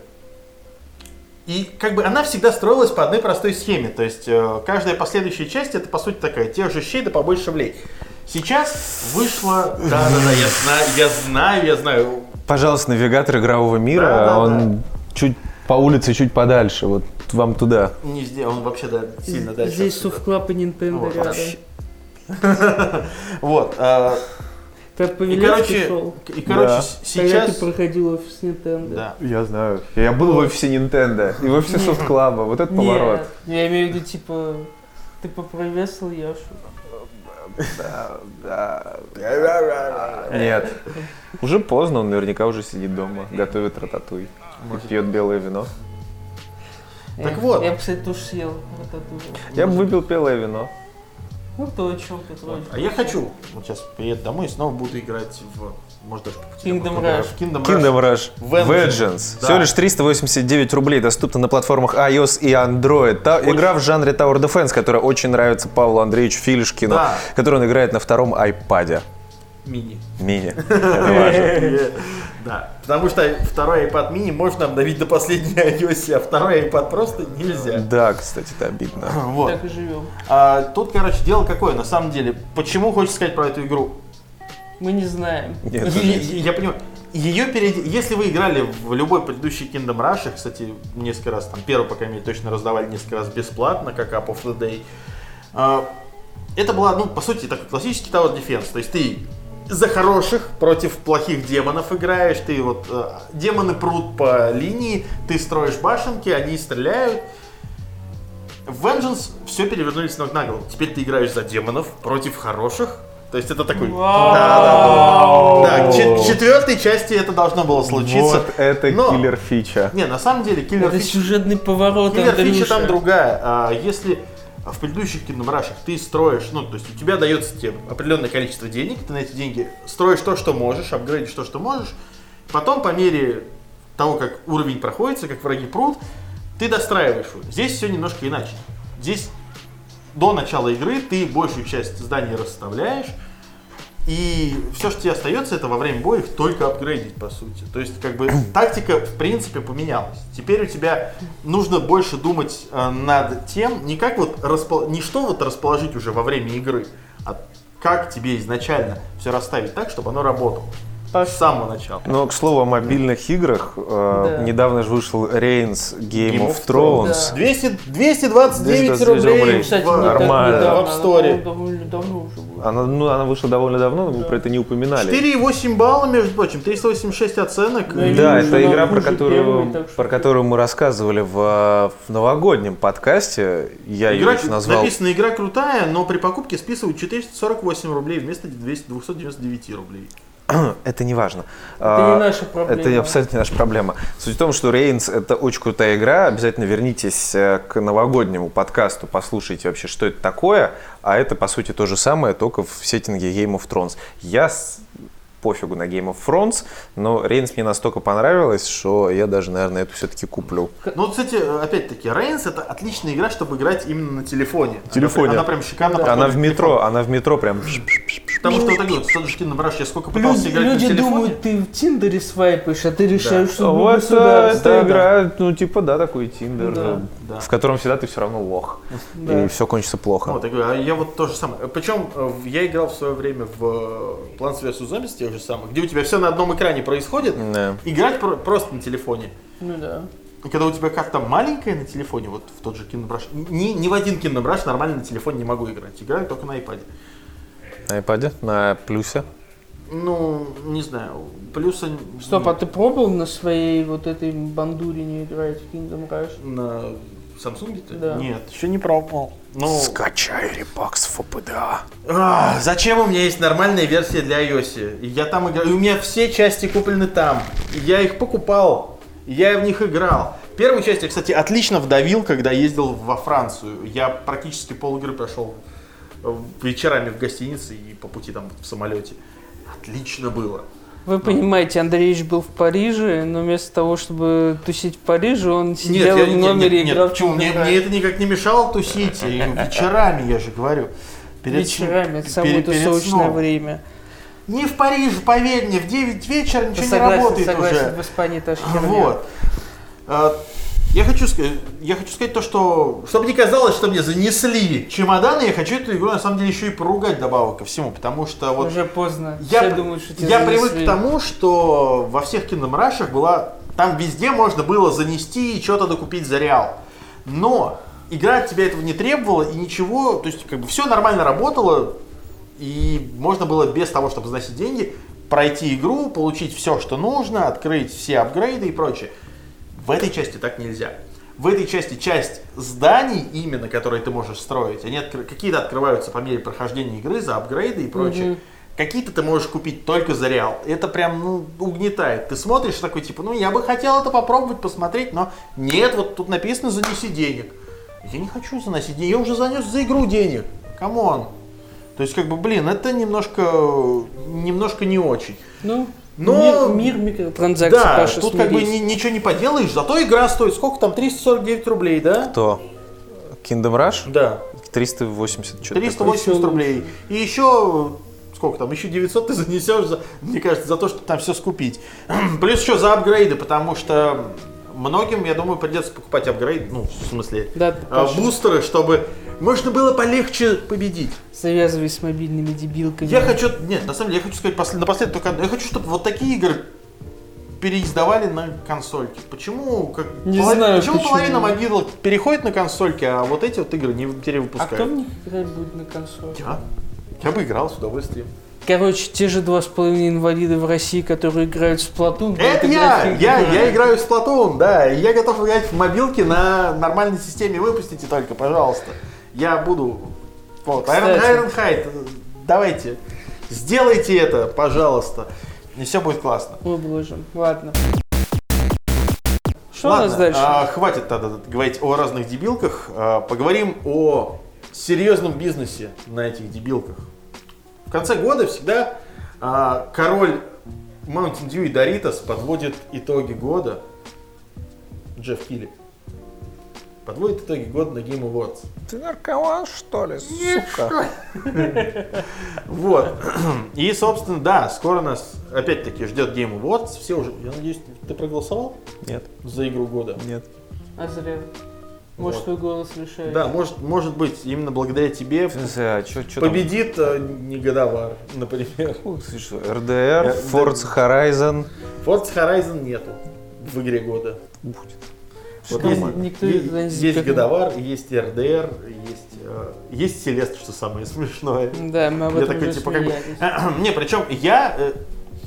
Speaker 3: И как бы она всегда строилась по одной простой схеме. То есть э, каждая последующая часть это по сути такая, тех же щей, да побольше влей. Сейчас вышло... Да-да-да, я знаю, я знаю, я знаю.
Speaker 4: Пожалуйста, навигатор игрового мира,
Speaker 3: Да, да,
Speaker 4: он чуть по улице, чуть подальше, вот вам туда.
Speaker 3: Не сделал, он вообще да, сильно дальше.
Speaker 2: Здесь Софтклаб и Nintendo
Speaker 3: Вот,
Speaker 2: рядом.
Speaker 3: вообще. Вот. э,
Speaker 2: Как
Speaker 3: И,
Speaker 2: повелел,
Speaker 3: короче,
Speaker 2: шел. А типа
Speaker 3: и, короче,
Speaker 4: Да.
Speaker 3: с-
Speaker 2: Когда ты
Speaker 3: сейчас...
Speaker 2: проходил офис Nintendo.
Speaker 3: Да.
Speaker 4: Я знаю. Я был в офисе Nintendo и в офисе
Speaker 2: Нет.
Speaker 4: софт-клаба. Вот это
Speaker 2: Нет, я имею в виду, типа, ты попровесил Яшу.
Speaker 4: Нет. Уже поздно, он наверняка уже сидит дома, готовит рататуй. И пьет белое вино.
Speaker 3: Так
Speaker 2: Я-
Speaker 3: вот.
Speaker 2: Я бы, кстати, тоже съел вот эту.
Speaker 4: Я бы выпил белое вино.
Speaker 2: Ну, то, о чем ты вроде.
Speaker 3: А я хочу, вот сейчас приеду домой и снова буду играть в, может даже по
Speaker 2: Kingdom
Speaker 3: телефону,
Speaker 2: Rush.
Speaker 3: в Kingdom Rush.
Speaker 4: Kingdom Rush
Speaker 3: Vengeance.
Speaker 4: Vengeance.
Speaker 3: Да.
Speaker 4: Всего лишь 389 рублей. Доступно на платформах iOS и Android. Та- игра в жанре Tower Defense, которая очень нравится Павлу Андреевичу Филишкину,
Speaker 3: Да.
Speaker 4: который он играет на втором iPad.
Speaker 3: Мини.
Speaker 4: Мини. Это важно.
Speaker 3: Да, потому что второй iPad mini можно обновить до последней iOS, а второй iPad просто нельзя.
Speaker 4: Да, кстати, это обидно.
Speaker 3: Вот.
Speaker 2: Так и живем.
Speaker 3: А, тут, короче, дело какое, на самом деле. Почему хочешь сказать про эту игру?
Speaker 2: Мы не знаем.
Speaker 4: Нет,
Speaker 3: И- и- Ну, я понимаю. Ее перед... Если вы играли в любой предыдущий Kingdom Rush, их, кстати, несколько раз, там первый, по крайней мере, точно раздавали несколько раз бесплатно, как Up of the Day, а, это была, ну, по сути, такой классический Tower Defense. То есть ты за хороших против плохих демонов играешь, ты вот... э, демоны прут по линии, ты строишь башенки, они стреляют, в Vengeance все перевернули с ног на голову. Теперь ты играешь за демонов против хороших. То есть это такой...
Speaker 2: Вау!
Speaker 3: Да,
Speaker 4: Вау!
Speaker 3: в чет- четвертой части это должно было случиться.
Speaker 4: Вот это
Speaker 3: Но-
Speaker 4: киллер фича.
Speaker 3: Не, на самом деле, киллер
Speaker 2: Это
Speaker 3: фич
Speaker 2: сюжетный поворот,
Speaker 3: Киллер фича
Speaker 2: Андрюша.
Speaker 3: там другая. А если в предыдущих киномрашах ты строишь, ну, то есть у тебя дается тебе определенное количество денег, ты на эти деньги строишь то, что можешь, апгрейдишь то, что можешь, потом по мере того, как уровень проходится, как враги прут, ты достраиваешь. его. Здесь все немножко иначе. Здесь до начала игры ты большую часть зданий расставляешь, и все, что тебе остается, это во время боев только апгрейдить, по сути. То есть, как бы, тактика, в принципе, поменялась. Теперь у тебя нужно больше думать э, над тем, не как вот распол... не что вот расположить уже во время игры, а как тебе изначально все расставить так, чтобы оно работало. С самого начала.
Speaker 4: Но, к слову, о мобильных играх. э,
Speaker 2: Да.
Speaker 4: Недавно же вышел Reigns Game,
Speaker 3: Game
Speaker 4: of
Speaker 3: of
Speaker 4: Thrones.
Speaker 2: Да.
Speaker 3: 200, 229
Speaker 4: 229
Speaker 3: рублей,
Speaker 4: рублей.
Speaker 2: Кстати,
Speaker 3: в,
Speaker 2: не так
Speaker 4: Нормально.
Speaker 2: недавно,
Speaker 3: в App Store.
Speaker 2: она Довольно давно уже было.
Speaker 4: Она, ну, она вышла довольно давно, мы про это не упоминали.
Speaker 3: 4,8 балла, между прочим, 386 оценок.
Speaker 2: Да,
Speaker 4: Да,
Speaker 2: и
Speaker 4: это
Speaker 2: она
Speaker 4: игра, про
Speaker 2: хуже
Speaker 4: которую,
Speaker 2: первой, так что-
Speaker 4: про которую мы рассказывали в, э, в новогоднем подкасте. Я
Speaker 3: Игра-
Speaker 4: ее назвал.
Speaker 3: Написано, игра крутая, но при покупке списывают 448 рублей вместо 200 299 рублей.
Speaker 4: Это не важно.
Speaker 3: А,
Speaker 4: А,
Speaker 2: Это не наша проблема.
Speaker 4: Это абсолютно не наша проблема. Суть в том, что Рейнс это очень крутая игра. Обязательно вернитесь э, к новогоднему подкасту, послушайте вообще, что это такое. А это, по сути, то же самое, только в сеттинге Game of Thrones. Я с- пофигу на Game of Thrones, но Рейнс мне настолько понравилась, что я даже, наверное, эту все-таки куплю.
Speaker 3: Ну, вот, кстати, опять-таки, Рейнс это отличная игра, чтобы играть именно на телефоне. Она
Speaker 4: Телефоне.
Speaker 3: прям- Она, прям шикарно
Speaker 2: а
Speaker 3: подходит
Speaker 4: Она в
Speaker 3: к
Speaker 4: метро,
Speaker 3: телефону.
Speaker 4: она в метро прям
Speaker 3: Потому что вот так вот, Сонджики набрашь, я сколько пытался
Speaker 2: Люди,
Speaker 3: играть
Speaker 2: люди
Speaker 3: на телефоне.
Speaker 2: думают, ты в Тиндере свайпаешь, а ты решаешь, что
Speaker 4: Вот
Speaker 2: Google
Speaker 4: это-
Speaker 2: сюда
Speaker 4: это
Speaker 2: ставит.
Speaker 4: игра, ну типа да, такой Тиндер,
Speaker 2: Да.
Speaker 3: Да.
Speaker 4: в котором всегда ты все равно лох.
Speaker 2: Да.
Speaker 4: И все кончится плохо.
Speaker 3: Вот, я говорю, а я вот то же самое. Причем э, в- я играл в свое время в э, Plants vs. Zombies тех же самых, где у тебя все на одном экране происходит.
Speaker 4: Да.
Speaker 3: Играть про- просто на телефоне.
Speaker 2: Ну да.
Speaker 3: И когда у тебя карта маленькая на телефоне, вот в тот же кинобраш, ни, ни в один кинобраш нормально на телефоне не могу играть. Играю только на iPad.
Speaker 4: На iPad, на плюсе.
Speaker 3: Ну, не знаю, плюса...
Speaker 2: Стоп, а ты пробовал на своей вот этой бандуре не играть в Kingdom Rush?
Speaker 3: На Samsung то
Speaker 2: Да.
Speaker 3: Нет, еще не пробовал. Ну,
Speaker 4: Скачай репакс ФПДА.
Speaker 3: а, зачем у меня есть нормальная версия для iOS? И я там играю, и у меня все части куплены там. И я их покупал, и я в них играл. Первую часть я, кстати, отлично вдавил, когда ездил во Францию. Я практически пол игры прошел э, вечерами в гостинице и по пути там в самолете. Отлично было.
Speaker 2: Вы понимаете, Андреевич был в Париже, но вместо того, чтобы тусить в Париже, он сидел
Speaker 3: я-
Speaker 2: в номере и
Speaker 3: нет,
Speaker 2: играл в
Speaker 3: почему? Мне,
Speaker 2: Counter-Strike.
Speaker 3: мне это никак не мешало тусить. И вечерами, я же говорю. Перед сн-
Speaker 2: Вечерами, это самое
Speaker 3: перед- перед
Speaker 2: тусовочное
Speaker 3: сном.
Speaker 2: время.
Speaker 3: Не в Париж, поверь мне, в 9 вечера ничего не
Speaker 2: Согласен,
Speaker 3: работает
Speaker 2: согласен,
Speaker 3: уже.
Speaker 2: в Испании тоже херня.
Speaker 3: Вот. А, Я хочу, сказать, я хочу сказать то, что... Чтобы не казалось, что мне занесли чемоданы, я хочу эту игру на самом деле еще и поругать добавок ко всему, потому что вот...
Speaker 2: Уже поздно.
Speaker 3: Я,
Speaker 2: Все думают, что тебя
Speaker 3: я привык
Speaker 2: занесли.
Speaker 3: к тому, что во всех Kingdom Rush'ах была... Там везде можно было занести и что-то докупить за реал. Но игра от тебя этого не требовала и ничего... То есть как бы все нормально работало. И можно было без того, чтобы заносить деньги, пройти игру, получить все, что нужно, открыть все апгрейды и прочее. В этой части так нельзя. В этой части часть зданий именно, которые ты можешь строить, они откры- какие-то открываются по мере прохождения игры за апгрейды и прочее. Какие-то ты можешь купить только за реал. Это прям ну, угнетает. Ты смотришь такой типа, ну я бы хотел это попробовать, посмотреть, но нет, вот тут написано занеси денег. Я не хочу заносить денег, я уже занес за игру денег. Камон. То есть, как бы, блин, это немножко, немножко не очень.
Speaker 2: Ну,
Speaker 3: Но-
Speaker 2: мир, мир микротранзакций,
Speaker 3: Да,
Speaker 2: Паша,
Speaker 3: тут как бы
Speaker 2: смирись.
Speaker 3: ни- ничего не поделаешь, зато игра стоит сколько там, 349 рублей, да?
Speaker 4: То Kingdom Rush
Speaker 3: Да,
Speaker 4: 380 что-то
Speaker 3: 380 рублей. И еще, э, сколько там, еще 900 ты занесешь, за, мне кажется, за то, чтобы там все скупить. Плюс еще за апгрейды, потому что многим, я думаю, придется покупать апгрейд, ну, в смысле,
Speaker 2: Да,
Speaker 3: э,
Speaker 2: Паша,
Speaker 3: бустеры, чтобы можно было полегче победить.
Speaker 2: завязывай с мобильными дебилками.
Speaker 3: Я хочу, нет, на самом деле, я хочу сказать послед- напоследок только одно. Я хочу, чтобы вот такие игры переиздавали на консольки. Почему, как,
Speaker 2: Не знаю,
Speaker 3: почему,
Speaker 2: почему.
Speaker 3: половина могилок переходит на консольки, а вот эти вот игры не
Speaker 2: А кто
Speaker 3: перевыпускают?
Speaker 2: в них играть будет на консоли?
Speaker 3: Я, я бы играл с удовольствием.
Speaker 2: Короче, те же два с половиной инвалида в России, которые играют в Splatoon. будут
Speaker 3: Это Э, я!
Speaker 2: играть в
Speaker 3: Я,
Speaker 2: игру.
Speaker 3: я играю в Splatoon, да. и Я готов играть в мобилке на нормальной системе. Выпустите только, пожалуйста. Я буду... Вот, Iron,
Speaker 2: Кстати.
Speaker 3: Ironhide, давайте, сделайте это, пожалуйста. И все будет классно.
Speaker 2: Выложим. Ладно. Что у
Speaker 3: Ладно,
Speaker 2: нас дальше?
Speaker 3: а, хватит тогда тут говорить о разных дебилках. а, поговорим о серьезном бизнесе на этих дебилках. В конце года всегда а, король Mountain Dew и Doritos подводит итоги года. Джефф Килли. Подводит итоги года на Game Awards.
Speaker 4: Ты наркоман, что ли, сука?
Speaker 3: Вот. И, собственно, да, скоро нас опять-таки ждет Game Awards. Все уже, я надеюсь, ты проголосовал
Speaker 4: Нет,
Speaker 3: за игру года?
Speaker 4: нет.
Speaker 2: А зря. Может,
Speaker 3: Вот.
Speaker 2: твой голос решает.
Speaker 3: Да, может, может быть, именно благодаря тебе
Speaker 4: А чё- чё там?
Speaker 3: Победит э, негодовар, например.
Speaker 4: Фу, ты что, РДР,
Speaker 3: Э,
Speaker 4: Forza Horizon.
Speaker 3: Forza Horizon нету в игре года.
Speaker 4: Будет.
Speaker 3: Вот
Speaker 2: Ни-
Speaker 3: есть,
Speaker 2: никто
Speaker 3: е-
Speaker 2: из- из-
Speaker 3: есть
Speaker 2: как-
Speaker 3: годовар, есть РДР, есть, э, есть Селест, что самое смешное.
Speaker 2: Да, мы Ну, об
Speaker 3: Я
Speaker 2: этом
Speaker 3: такой,
Speaker 2: уже
Speaker 3: типа, как бы,
Speaker 2: смеялись.
Speaker 3: Не, причем я, э,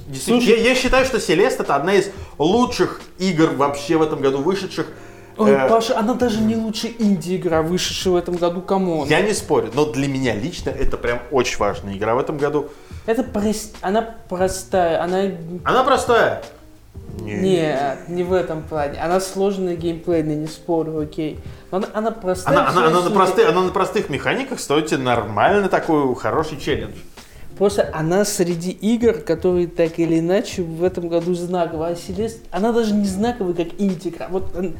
Speaker 3: действительно,
Speaker 2: Слушай.
Speaker 3: я, я считаю, что Селест это одна из лучших игр вообще в этом году вышедших.
Speaker 2: Ой,
Speaker 3: Э,
Speaker 2: Паша, она даже не лучше инди-игра, вышедшая в этом году, камон.
Speaker 3: Я не спорю, но для меня лично это прям очень важная игра в этом году.
Speaker 2: Это прост... она простая, она...
Speaker 3: Она простая.
Speaker 2: Нет, не в этом плане. Она сложная геймплейная, не спорю, окей. Но она, она простая.
Speaker 3: Она,
Speaker 2: в
Speaker 3: она- она на
Speaker 2: смысле-
Speaker 3: простых, она на простых механиках стоит тебе нормально такой хороший челлендж.
Speaker 2: Просто она среди игр, которые так или иначе в этом году знаковые. А Селест, она даже не знаковая, как инди-игра. Вот, он-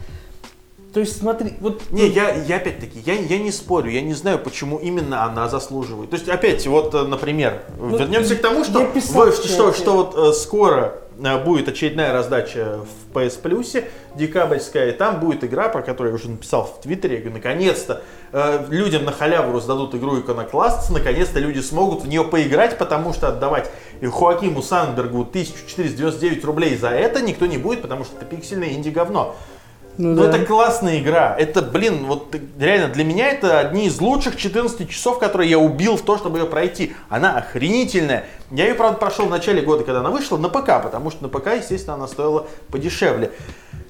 Speaker 2: то есть смотри, вот...
Speaker 3: Не, я, я опять-таки, я, я не спорю, я не знаю, почему именно она заслуживает. То есть, опять, вот, э, например, вернемся к тому, что,
Speaker 2: Ну, я писал
Speaker 3: вот,
Speaker 2: в
Speaker 3: что,
Speaker 2: чате.
Speaker 3: что вот э, скоро э, будет очередная раздача в PS Plus, декабрьская, и там будет игра, про которую я уже написал в Твиттере, я говорю, наконец-то э, людям на халяву раздадут игру Iconoclasts, наконец-то люди смогут в нее поиграть, потому что отдавать и Хоакиму Сандбергу 1499 рублей за это никто не будет, потому что это пиксельное инди-говно.
Speaker 2: Ну,
Speaker 3: Ну
Speaker 2: да.
Speaker 3: это классная игра. Это, блин, вот ты- реально для меня это одни из лучших 14 часов, которые я убил в то, чтобы ее пройти. Она охренительная. Я ее, правда, прошел в начале года, когда она вышла, на ПК, потому что на ПК, естественно, она стоила подешевле.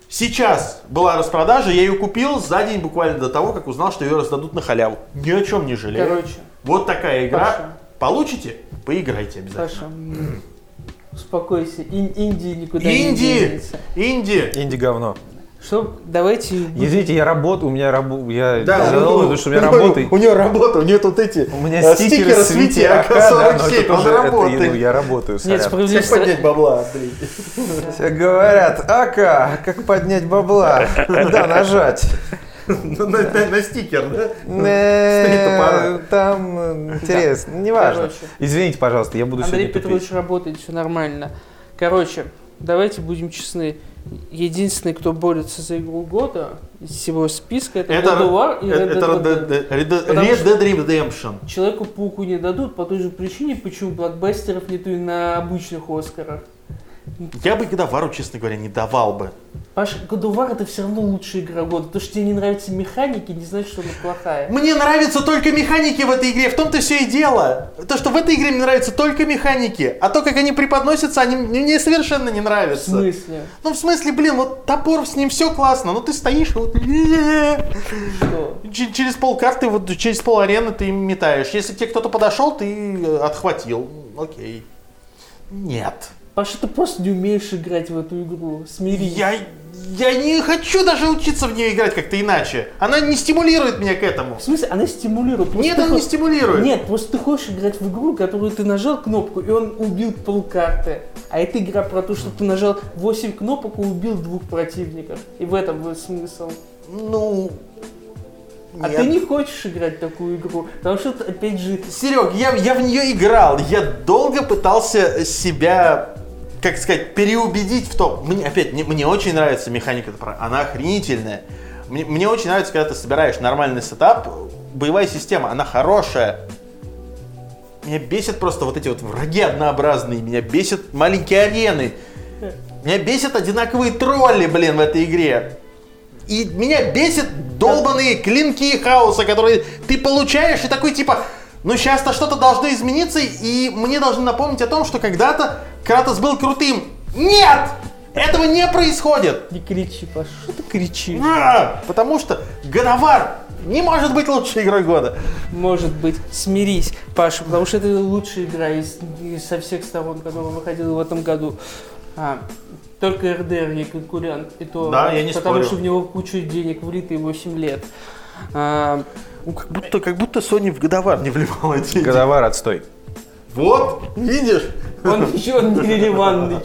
Speaker 3: Сейчас была распродажа, я ее купил за день буквально до того, как узнал, что ее раздадут на халяву. Ни о чем не жалею.
Speaker 2: Короче,
Speaker 3: вот такая игра.
Speaker 2: Паша.
Speaker 3: Получите? Поиграйте обязательно.
Speaker 2: Саша, м, успокойся, Ин- Индия никуда не
Speaker 3: Инди!
Speaker 2: денется.
Speaker 3: Инди!
Speaker 4: Инди говно.
Speaker 2: Что, давайте...
Speaker 4: Извините, я работаю, у меня работа, я
Speaker 3: Да,
Speaker 4: задал,
Speaker 3: ну,
Speaker 4: потому что у меня
Speaker 3: ну,
Speaker 4: работа.
Speaker 3: У него работа, у нее тут эти
Speaker 4: У меня
Speaker 3: э,
Speaker 4: стикеры с Вити
Speaker 3: Витяка
Speaker 4: Ака, да, но
Speaker 3: 47,
Speaker 4: это
Speaker 3: он
Speaker 4: тоже, это,
Speaker 3: работает.
Speaker 4: ну, я работаю,
Speaker 2: Нет,
Speaker 4: сорян.
Speaker 3: Всех
Speaker 2: справедливости...
Speaker 3: поднять бабла, Андрей.
Speaker 4: Все говорят, Ака, как поднять бабла? Да, нажать.
Speaker 3: На- На на стикер, да? Стоит
Speaker 4: Э,
Speaker 3: топора.
Speaker 4: Там э, интересно, неважно.
Speaker 2: Короче.
Speaker 4: Извините, пожалуйста, я буду
Speaker 2: Андрей
Speaker 4: сегодня
Speaker 2: Петрович
Speaker 4: тупить.
Speaker 2: работает, все нормально. Короче, давайте будем честны. Единственный, кто борется за игру года из всего списка, это, Годуар и Red Dead Redemption. Потому
Speaker 3: Red Dead Redemption.
Speaker 2: Человеку пауку не дадут по той же причине, почему блокбастеров нету и на обычных Оскарах.
Speaker 3: Я бы Годовару, честно говоря, не давал бы.
Speaker 2: Паш, Годувар это все равно лучшая игра года. То, что тебе не нравятся механики, не значит, что она плохая.
Speaker 3: Мне нравятся только механики в этой игре, в том-то все и дело. То, что в этой игре мне нравятся только механики, а то, как они преподносятся, они мне совершенно не
Speaker 2: В
Speaker 3: нравятся.
Speaker 2: смысле?
Speaker 3: Ну, в смысле, блин, вот топор, с ним все классно, но ты стоишь и вот...
Speaker 2: Что?
Speaker 3: Ч- Через полкарты, вот через пол арены ты им метаешь. Если к тебе кто-то подошел, ты э, отхватил. Окей. Нет.
Speaker 2: Паша, ты просто не умеешь играть в эту игру. Смирись.
Speaker 3: Я, я не хочу даже учиться в нее играть как-то иначе. Она не стимулирует меня к этому.
Speaker 2: В смысле, она стимулирует. Просто
Speaker 3: Нет,
Speaker 2: ты
Speaker 3: она не
Speaker 2: хо-
Speaker 3: стимулирует.
Speaker 2: Нет, просто ты хочешь играть в игру, которую ты нажал кнопку, и он убил полкарты. А эта игра про то, что ты нажал 8 кнопок и убил двух противников. И в этом вот смысл.
Speaker 3: Ну...
Speaker 2: А
Speaker 3: нет.
Speaker 2: ты не хочешь играть в такую игру, потому что, ты, опять же,
Speaker 3: Серег, Э, я, я в нее играл. Я долго пытался себя, как сказать, переубедить в том. Мне, опять, мне, мне очень нравится механика, этого. она охренительная. Мне, мне очень нравится, когда ты собираешь нормальный сетап, боевая система, она хорошая. Меня бесит просто вот эти вот враги однообразные, меня бесит маленькие арены. Меня бесят одинаковые тролли, блин, в этой игре. И меня бесит долбанные клинки хаоса, которые ты получаешь и такой типа, ну сейчас-то что-то должно измениться, и мне должны напомнить о том, что когда-то Кратос был крутым. Нет! Этого не происходит!
Speaker 2: не кричи, Паша, что ты кричишь?
Speaker 3: Ура! Потому что Годовар не может быть лучшей игрой года.
Speaker 2: Может быть, смирись, Паша, потому что это лучшая игра из, из- со всех сторон, которая выходила в этом году. А, только РДР не конкурент, и то
Speaker 3: Да, я не
Speaker 2: потому
Speaker 3: спорю.
Speaker 2: что в него куча денег влито и 8 лет. А,
Speaker 3: Ну, как будто, как будто Sony в Годовар не вливал эти идеи.
Speaker 4: Годовар, отстой.
Speaker 3: Вот, видишь?
Speaker 2: он ничего не релевантный.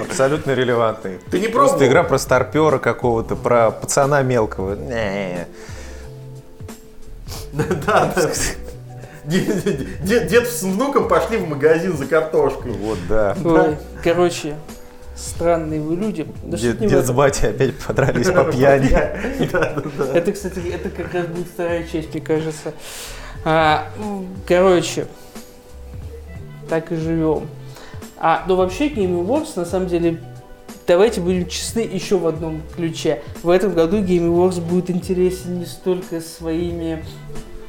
Speaker 4: Абсолютно релевантный.
Speaker 3: Ты не
Speaker 4: Просто
Speaker 3: пробовал?
Speaker 4: игра про старпера какого-то, про пацана мелкого. Не.
Speaker 3: Да, да. Дед, дед- дед с внуком пошли в магазин за картошкой.
Speaker 4: Вот, да.
Speaker 2: Ой, короче, странные вы люди. Да
Speaker 4: Дед,
Speaker 2: что не
Speaker 4: дед с батей опять подрались по пьяни.
Speaker 2: Это, кстати, это как раз будет вторая часть, мне кажется. А, м, короче, так и живем. А, ну вообще Game Awards, на самом деле, давайте будем честны еще в одном ключе. В этом году Game Awards будет интересен не столько своими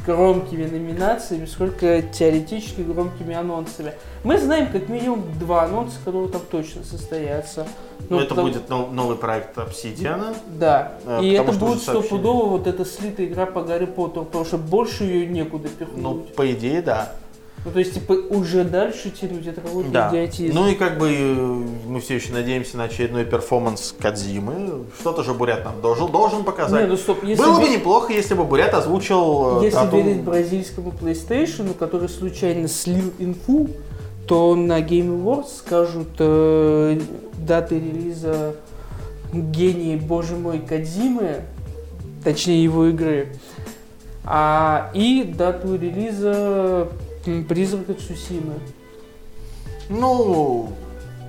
Speaker 2: громкими номинациями, сколько теоретически громкими анонсами. Мы знаем как минимум два анонса, которые там точно состоятся.
Speaker 3: Ну, это
Speaker 2: там-
Speaker 3: будет нов- новый проект Обсидиана.
Speaker 2: да.
Speaker 3: А,
Speaker 2: и
Speaker 3: потому
Speaker 2: это
Speaker 3: что
Speaker 2: будет
Speaker 3: уже сообщили.
Speaker 2: стопудово вот эта слитая игра по Гарри Поттеру, потому что больше ее некуда пихнуть.
Speaker 3: Ну,
Speaker 2: Ну,
Speaker 3: по идее, да. то
Speaker 2: то есть, типа, уже дальше тянуть это какой-то
Speaker 3: да.
Speaker 2: идиотизм.
Speaker 3: Ну и как бы э, мы все еще надеемся на очередной перформанс Кадзимы. Что-то же Бурят нам должен, должен
Speaker 2: Не,
Speaker 3: показать.
Speaker 2: ну стоп, если,
Speaker 3: Было бы
Speaker 2: ве-
Speaker 3: неплохо, если бы Бурят озвучил э,
Speaker 2: если
Speaker 3: дату-
Speaker 2: верить бразильскому PlayStation, который случайно слил инфу, то на Game Awards скажут э, даты релиза гении, боже мой, Кадзимы, точнее его игры, а, и дату релиза м, Призрака Цусимы.
Speaker 3: Ну,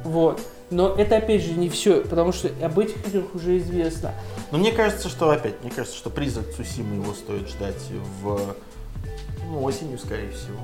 Speaker 2: Вот. Но это опять же не все, потому что об этих играх уже известно.
Speaker 3: ну, мне кажется, что опять, мне кажется, что призрак Цусимы его стоит ждать в ну, осенью, скорее всего.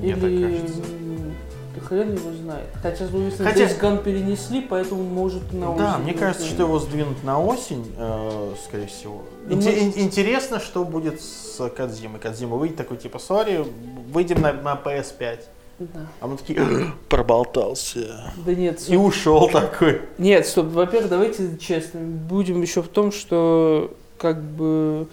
Speaker 3: Мне так кажется.
Speaker 2: м, да хрен его знает. Хотя, с другой стороны,
Speaker 3: Хотя-
Speaker 2: Days Gone перенесли, поэтому может на
Speaker 3: Да,
Speaker 2: осень
Speaker 3: мне
Speaker 2: не
Speaker 3: кажется,
Speaker 2: знаю.
Speaker 3: что его сдвинут на осень, э, скорее всего.
Speaker 2: Ну,
Speaker 3: Инте-
Speaker 2: мы-
Speaker 3: ин- Интересно, что будет с Кадзимой. Кадзима выйдет такой, типа, сори, выйдем на, на PS5.
Speaker 2: Да.
Speaker 3: А мы такие, «Эх, проболтался.
Speaker 2: Да нет,
Speaker 3: И ушел такой.
Speaker 2: Нет, стоп, во-первых, давайте честно, будем еще в том, что как бы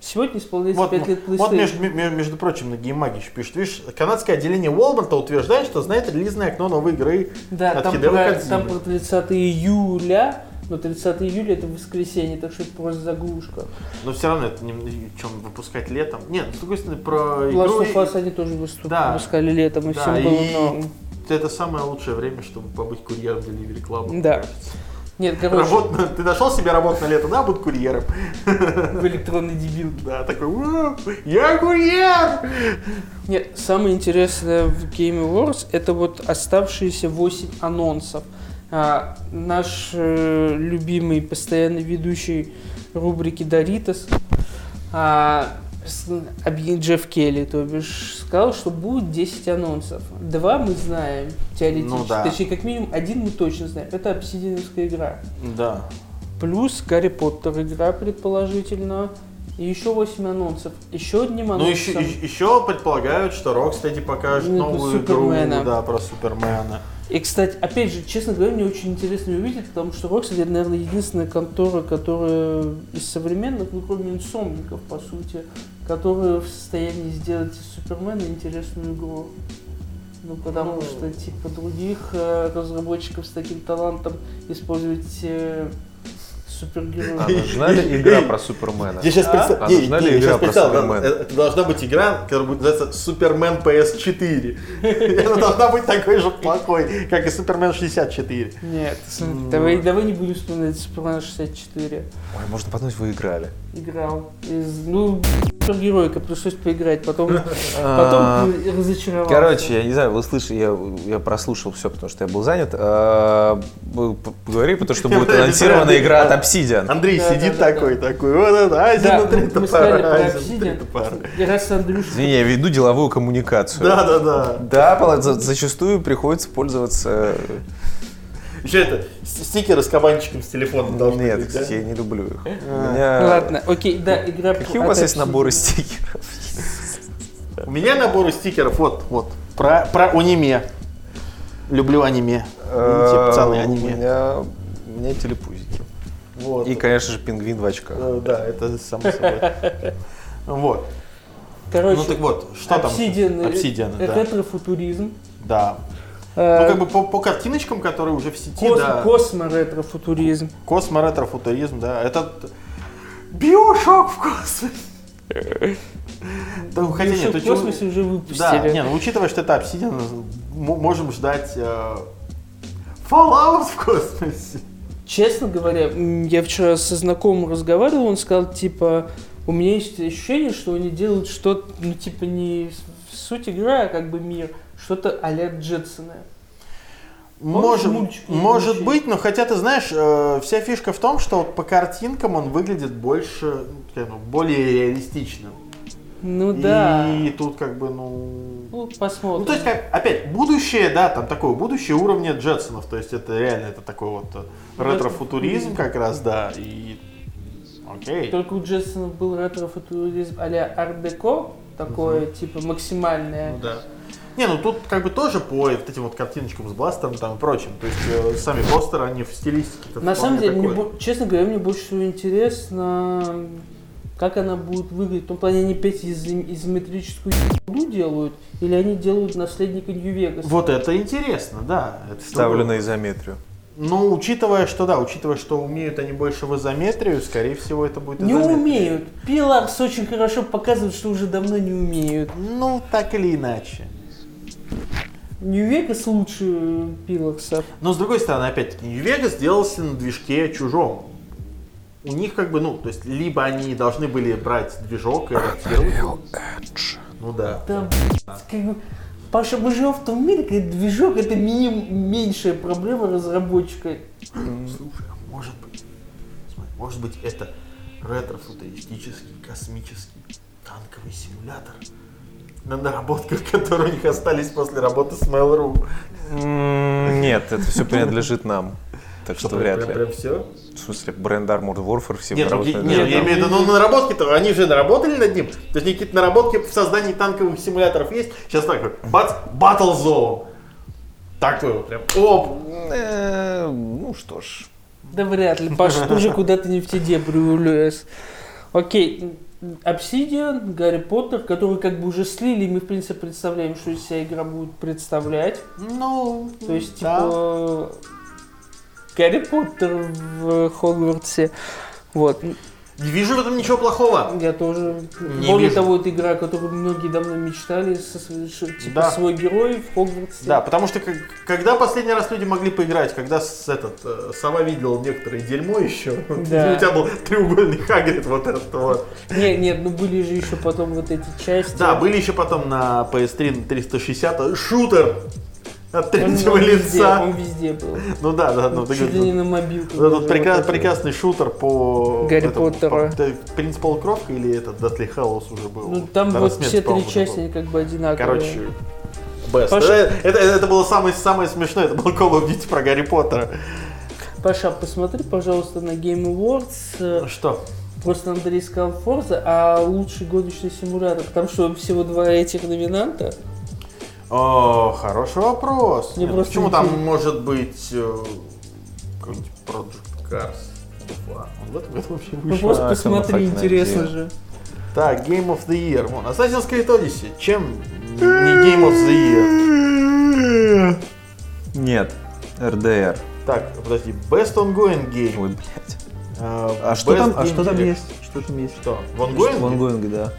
Speaker 2: сегодня исполняется
Speaker 3: Вот,
Speaker 2: 5 лет PlayStation.
Speaker 3: Вот, между, ме- между прочим, на геймаге еще пишут, видишь, канадское отделение Walmart утверждает, что знает релизное окно новой игры
Speaker 2: да,
Speaker 3: от
Speaker 2: там
Speaker 3: Хидео
Speaker 2: про,
Speaker 3: Кодзимы.
Speaker 2: там про 30 июля Но 30 июля это воскресенье, так что это просто заглушка.
Speaker 3: Но все равно это не, чем выпускать летом. Нет, с другой стороны, про
Speaker 2: Last
Speaker 3: игру...
Speaker 2: of Us они тоже выступ-
Speaker 3: Да.
Speaker 2: выпускали летом, и
Speaker 3: Да,
Speaker 2: всем
Speaker 3: и-
Speaker 2: было норм.
Speaker 3: Это самое лучшее время, чтобы побыть курьером Delivery Club.
Speaker 2: Да. Нет, короче,
Speaker 3: Работ- Ты нашел себе работу на лето? Да, буду курьером.
Speaker 2: в электронный дебил.
Speaker 3: Да, такой, «Ууу, я курьер!
Speaker 2: Нет, самое интересное в Game Awards это вот оставшиеся 8 анонсов. А, наш э, любимый постоянный ведущий рубрики Доритас а, с- объ- Джефф Келли, то бишь, сказал, что будет 10 анонсов. Два мы знаем теоретически.
Speaker 3: Ну да.
Speaker 2: Точнее, как минимум один мы точно знаем. Это обсидиановская игра.
Speaker 3: Да.
Speaker 2: Плюс Гарри Поттер игра, предположительно. И еще 8 анонсов. Еще одним анонсом.
Speaker 3: Ну, еще, еще предполагают, что Рокстеди покажет
Speaker 2: Ну,
Speaker 3: новую
Speaker 2: Супермена.
Speaker 3: игру да, про Супермена.
Speaker 2: И, кстати, опять же, честно говоря, мне очень интересно увидеть, потому что Rocksteady, это, наверное, единственная контора, которая из современных, ну, кроме инсомников, по сути, которая в состоянии сделать из Супермена интересную игру. Ну, потому
Speaker 3: Ну.
Speaker 2: что, типа, других э, разработчиков с таким талантом использовать э, супергероев.
Speaker 4: А нужна ли игра про Супермена?
Speaker 3: Я сейчас
Speaker 2: А?
Speaker 3: представил,
Speaker 4: А
Speaker 3: не,
Speaker 4: нужна
Speaker 3: не,
Speaker 4: ли
Speaker 3: я
Speaker 4: игра
Speaker 3: щас
Speaker 4: про
Speaker 3: представил, да,
Speaker 4: Супермена?
Speaker 3: э, это должна быть игра, которая будет называться Супермен PS4. Она должна быть такой же плохой, как и Супермен 64.
Speaker 2: Нет, смотри, давай,
Speaker 3: Ну.
Speaker 2: давай не будем вспоминать Супермена 64.
Speaker 4: Ой, можно подумать, вы играли.
Speaker 2: Играл. Из- ну, супергеройка, пришлось поиграть, потом,
Speaker 3: А.
Speaker 4: А,
Speaker 2: потом разочаровался.
Speaker 4: Короче, я не знаю, вы слышали, я, я прослушал все, потому что я был занят. А, б- п- Поговори, потому что будет анонсирована игра от Obsidian.
Speaker 3: Андрей
Speaker 2: Да,
Speaker 3: сидит
Speaker 2: да, да,
Speaker 3: такой, такой, вот это, а
Speaker 2: Да,
Speaker 3: Азин
Speaker 2: мы- мы сказали про Obsidian. И раз Андрюш...
Speaker 4: Извини, я веду деловую коммуникацию.
Speaker 3: Да, да, да.
Speaker 4: Да, пол- за- зачастую приходится пользоваться... э,
Speaker 3: Еще это, с- стикеры с кабанчиком с телефоном должны
Speaker 4: Нет,
Speaker 3: быть, да?
Speaker 4: я не люблю их. У
Speaker 3: А.
Speaker 4: меня-
Speaker 2: Ладно, окей, да, игра...
Speaker 4: Какие у вас
Speaker 2: от
Speaker 4: есть наборы
Speaker 2: Obsidian.
Speaker 4: стикеров?
Speaker 3: У меня наборы стикеров, вот, вот, про, про аниме. Люблю аниме. Видите, пацаны,
Speaker 4: Э, У
Speaker 3: Ну, типа, аниме.
Speaker 4: меня у меня телепузики.
Speaker 3: Вот.
Speaker 4: И, конечно же, пингвин в очках.
Speaker 3: Э, Да, это само собой. Вот.
Speaker 2: Короче,
Speaker 3: Ну так вот, что там?
Speaker 2: Obsidian,
Speaker 3: Obsidian,
Speaker 2: э,
Speaker 3: да.
Speaker 2: ретро-футуризм.
Speaker 3: Да. Ну,
Speaker 2: Э,
Speaker 3: как бы по, по картиночкам, которые уже в сети,
Speaker 2: кос-
Speaker 3: да.
Speaker 2: Космо-ретро-футуризм.
Speaker 3: Космо-ретро-футуризм, да. Это биошок в космосе. Да, хотя
Speaker 2: Еще
Speaker 3: нет,
Speaker 2: в
Speaker 3: учё-
Speaker 2: космосе уже
Speaker 3: Да, не,
Speaker 2: выпустили.
Speaker 3: ну, учитывая, что это обсидиан, можем ждать э, Fallout в космосе.
Speaker 2: Честно говоря, м, я вчера со знакомым разговаривал, он сказал, типа, у меня есть ощущение, что они делают что-то, ну, типа, не с- суть игра, а как бы мир, что-то а-ля Джетсона. Помнишь,
Speaker 3: Может,
Speaker 2: мультики
Speaker 3: может
Speaker 2: еще
Speaker 3: быть, но хотя ты знаешь, э, вся фишка в том, что вот по картинкам он выглядит больше, ну, как бы, более реалистичным.
Speaker 2: Ну да.
Speaker 3: И тут как бы, ну...
Speaker 2: Ну,
Speaker 3: Ну,
Speaker 2: посмотрим.
Speaker 3: то есть, как, опять, будущее, да, там такое будущее уровня Джетсонов, то есть это реально это такой вот э, ретро-футуризм как раз, да, и... Окей.
Speaker 2: Только у Джексона был ретро-футуризм а-ля арт-деко, такое, типа, максимальное.
Speaker 3: Ну, да. Не, ну тут как бы тоже по вот этим вот картиночкам с бластером там и прочим, то есть э, сами постеры, они в стилистике.
Speaker 2: На самом деле, мне бо- честно говоря, мне больше всего интересно, как она будет выглядеть. В том плане, они опять из- изометрическую ебу делают, или они делают наследника Нью-Вегаса.
Speaker 3: Вот это интересно, да. Это
Speaker 4: Ставлю
Speaker 3: другое.
Speaker 4: на изометрию.
Speaker 3: Ну, учитывая, что да, учитывая, что умеют они больше в изометрию, скорее всего, это будет
Speaker 2: Не
Speaker 3: изометрия.
Speaker 2: умеют. Пиларс очень хорошо показывает, что уже давно не умеют.
Speaker 3: Ну, так или иначе.
Speaker 2: Нью-Вегас лучше э, Пиларса.
Speaker 3: Но с другой стороны, опять-таки, Нью-Вегас сделался на движке чужом. У них как бы, ну, то есть, либо они должны были брать движок и адаптировать. его. Ну да.
Speaker 2: Да, блядь, как бы, Паша, мы живем в том мире, когда движок это миним- меньшая проблема разработчика.
Speaker 3: Слушай, а может быть, смотри, может быть, это ретро-футуристический космический танковый симулятор на наработках, которые у них остались после работы с Mail.ru.
Speaker 4: М, Нет, это все принадлежит нам. Так что вряд ли.
Speaker 3: все?
Speaker 4: В смысле, бренд Armored Warfare все
Speaker 3: Нет, ну,
Speaker 4: наработаны
Speaker 3: я,
Speaker 4: на
Speaker 3: нет, я
Speaker 4: этом.
Speaker 3: имею в виду, ну наработки-то, они же наработали над ним. То есть они какие-то наработки в создании танковых симуляторов есть. Сейчас такой, бац, Battle Zone. Такой вот прям, оп.
Speaker 4: Э, Ну что ж.
Speaker 2: Да вряд ли, Паша, ты уже куда-то не в те дебри улез. Окей, Obsidian, Гарри Поттер, которые как бы уже слили, и мы в принципе представляем, что из себя игра будет представлять.
Speaker 3: Ну,
Speaker 2: То есть,
Speaker 3: да.
Speaker 2: типа, Гарри Поттер в Хогвартсе. Вот.
Speaker 3: Не вижу в этом ничего плохого.
Speaker 2: Я тоже.
Speaker 3: Не
Speaker 2: Более
Speaker 3: вижу.
Speaker 2: того, это игра, о которой многие давно мечтали, со, св- ш- типа
Speaker 3: Да.
Speaker 2: свой герой в Хогвартсе.
Speaker 3: Да, потому что как- когда последний раз люди могли поиграть, когда с этот э, сова видел некоторое дерьмо еще,
Speaker 2: Да.
Speaker 3: у тебя был треугольный Хагрид вот этот вот.
Speaker 2: Нет, нет, ну были же еще потом вот эти части.
Speaker 3: Да, были еще потом на PS3 на 360 шутер от
Speaker 2: Он- он
Speaker 3: третьего
Speaker 2: везде,
Speaker 3: лица.
Speaker 2: Он везде был.
Speaker 3: Ну да, да, ну ты
Speaker 2: Чуть ли
Speaker 3: говоришь,
Speaker 2: не на мобилке. даже
Speaker 3: вот этот прекра-
Speaker 2: вот это.
Speaker 3: прекрасный шутер по...
Speaker 2: Гарри
Speaker 3: этому,
Speaker 2: Поттера.
Speaker 3: по- т- Принц Полукровка или этот Датли Халлоус уже был?
Speaker 2: Ну там
Speaker 3: На
Speaker 2: вот
Speaker 3: рассмерти,
Speaker 2: все три
Speaker 3: по-моему, уже
Speaker 2: части,
Speaker 3: был.
Speaker 2: они как бы одинаковые.
Speaker 3: Короче, best.
Speaker 2: Паша-
Speaker 3: Это, это- это было самое, самое смешное, это был Call of Duty про Гарри Поттера.
Speaker 2: Паша, посмотри, пожалуйста, на Game Awards. э,
Speaker 3: Что?
Speaker 2: Просто Андрей сказал Forza, а лучший гоночный симулятор. Потому что всего два этих номинанта.
Speaker 3: О, хороший вопрос.
Speaker 2: Мне
Speaker 3: Нет, ну
Speaker 2: просто
Speaker 3: почему
Speaker 2: не
Speaker 3: там
Speaker 2: интересно.
Speaker 3: может быть э, какой-нибудь Project Cars 2? Он в этом году вообще
Speaker 2: Ну
Speaker 3: вышел.
Speaker 2: просто
Speaker 4: а,
Speaker 2: посмотри,
Speaker 4: Final Fight
Speaker 2: интересно
Speaker 4: найди.
Speaker 2: же.
Speaker 3: Так, Game of the Year. Вон, Assassin's Creed Odyssey. Чем не Game of the Year?
Speaker 4: Нет, РДР.
Speaker 3: Так, подожди. Best Ongoing Game.
Speaker 4: Ой, блядь.
Speaker 3: Э,
Speaker 4: А что
Speaker 3: Best
Speaker 4: там, а
Speaker 3: Game
Speaker 4: что там
Speaker 3: Direct.
Speaker 4: есть? Что там есть?
Speaker 3: Что? В Ongoing?
Speaker 4: В Онгоинге, да.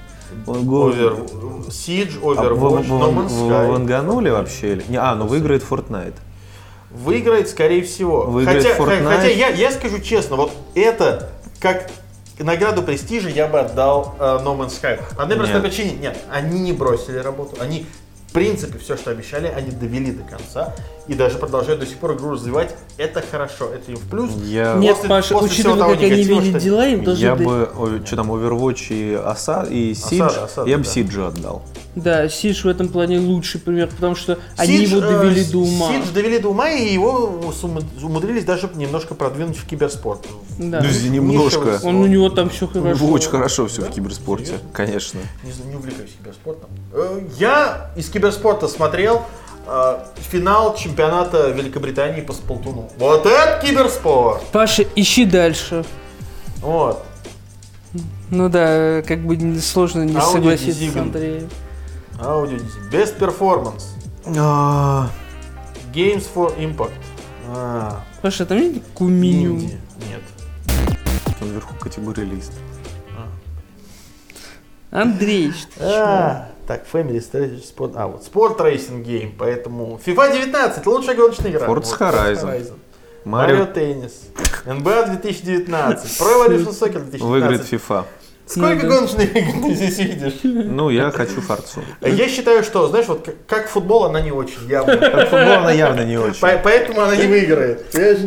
Speaker 4: В Онгоинге.
Speaker 3: Over... Siege,
Speaker 4: А вы- вы-
Speaker 3: Overwatch,
Speaker 4: вы-
Speaker 3: No Man's
Speaker 4: вы-
Speaker 3: Sky.
Speaker 4: вы ванганули вообще? или- Не, а, ну выиграет Fortnite.
Speaker 3: Выиграет, скорее всего.
Speaker 4: Выиграет
Speaker 3: хотя,
Speaker 4: Fortnite.
Speaker 3: хотя я, я скажу честно, вот это как награду престижа я бы отдал э, No Man's Sky. Одной простой
Speaker 4: Нет.
Speaker 3: причине. Нет, они не бросили работу. Они, в принципе, все, что обещали, они довели до конца. И даже продолжают до сих пор игру развивать. Это хорошо, это им в плюс.
Speaker 4: Я,
Speaker 2: Нет,
Speaker 3: Э, после-
Speaker 2: Паша,
Speaker 3: после всего
Speaker 2: учитывая,
Speaker 3: того
Speaker 2: как они
Speaker 3: негатива,
Speaker 2: вели
Speaker 3: что-
Speaker 2: дела, им должны
Speaker 4: я
Speaker 2: дать-
Speaker 4: бы, ой, что там, Overwatch и Аса и Сидж,
Speaker 3: Осада, осада,
Speaker 4: я бы
Speaker 3: да.
Speaker 4: Сиджу отдал.
Speaker 2: Да, Сидж в этом плане лучший пример, потому что они его
Speaker 3: э,
Speaker 2: довели до ума.
Speaker 3: Сидж довели до ума, и его сума- умудрились даже немножко продвинуть в киберспорт.
Speaker 2: Да.
Speaker 4: Ну, извини, немножко.
Speaker 2: Он у него там все хорошо.
Speaker 4: Очень хорошо все
Speaker 3: Да?
Speaker 4: в киберспорте,
Speaker 3: Серьезно?
Speaker 4: конечно.
Speaker 3: не, знаю, не увлекаюсь киберспортом. Э, Я из киберспорта смотрел э, финал чемпионата Великобритании по сплтуну. Вот это киберспорт!
Speaker 2: Паша, ищи дальше.
Speaker 3: Вот.
Speaker 2: Ну да, как бы не- сложно не
Speaker 3: Аудио
Speaker 2: согласиться с
Speaker 3: дизайн.
Speaker 2: Андреем.
Speaker 3: Аудио Best Performance.
Speaker 4: А,
Speaker 3: Games for Impact. А,
Speaker 2: Паша, там есть куминю?
Speaker 3: Инди. Нет.
Speaker 4: Там вверху категория лист.
Speaker 2: Андрей, что ты чмо?
Speaker 3: А, так, Family Strategy Sport. А, вот Sport Racing Game, поэтому... FIFA 19, лучшая гоночная игра.
Speaker 4: Forza
Speaker 3: Вот,
Speaker 4: Horizon.
Speaker 3: Марио
Speaker 4: Марио
Speaker 3: Теннис. А NBA 2019. Pro Evolution Soccer 2019.
Speaker 4: выиграет FIFA.
Speaker 3: Сколько
Speaker 2: Ну да.
Speaker 3: гоночных игр ты здесь видишь?
Speaker 4: Ну, я хочу форцу.
Speaker 3: Я считаю, что, знаешь, вот как, как футбол, она не очень явная.
Speaker 4: Как футбол она явно не очень.
Speaker 3: По- Поэтому она не выиграет. Понимаешь?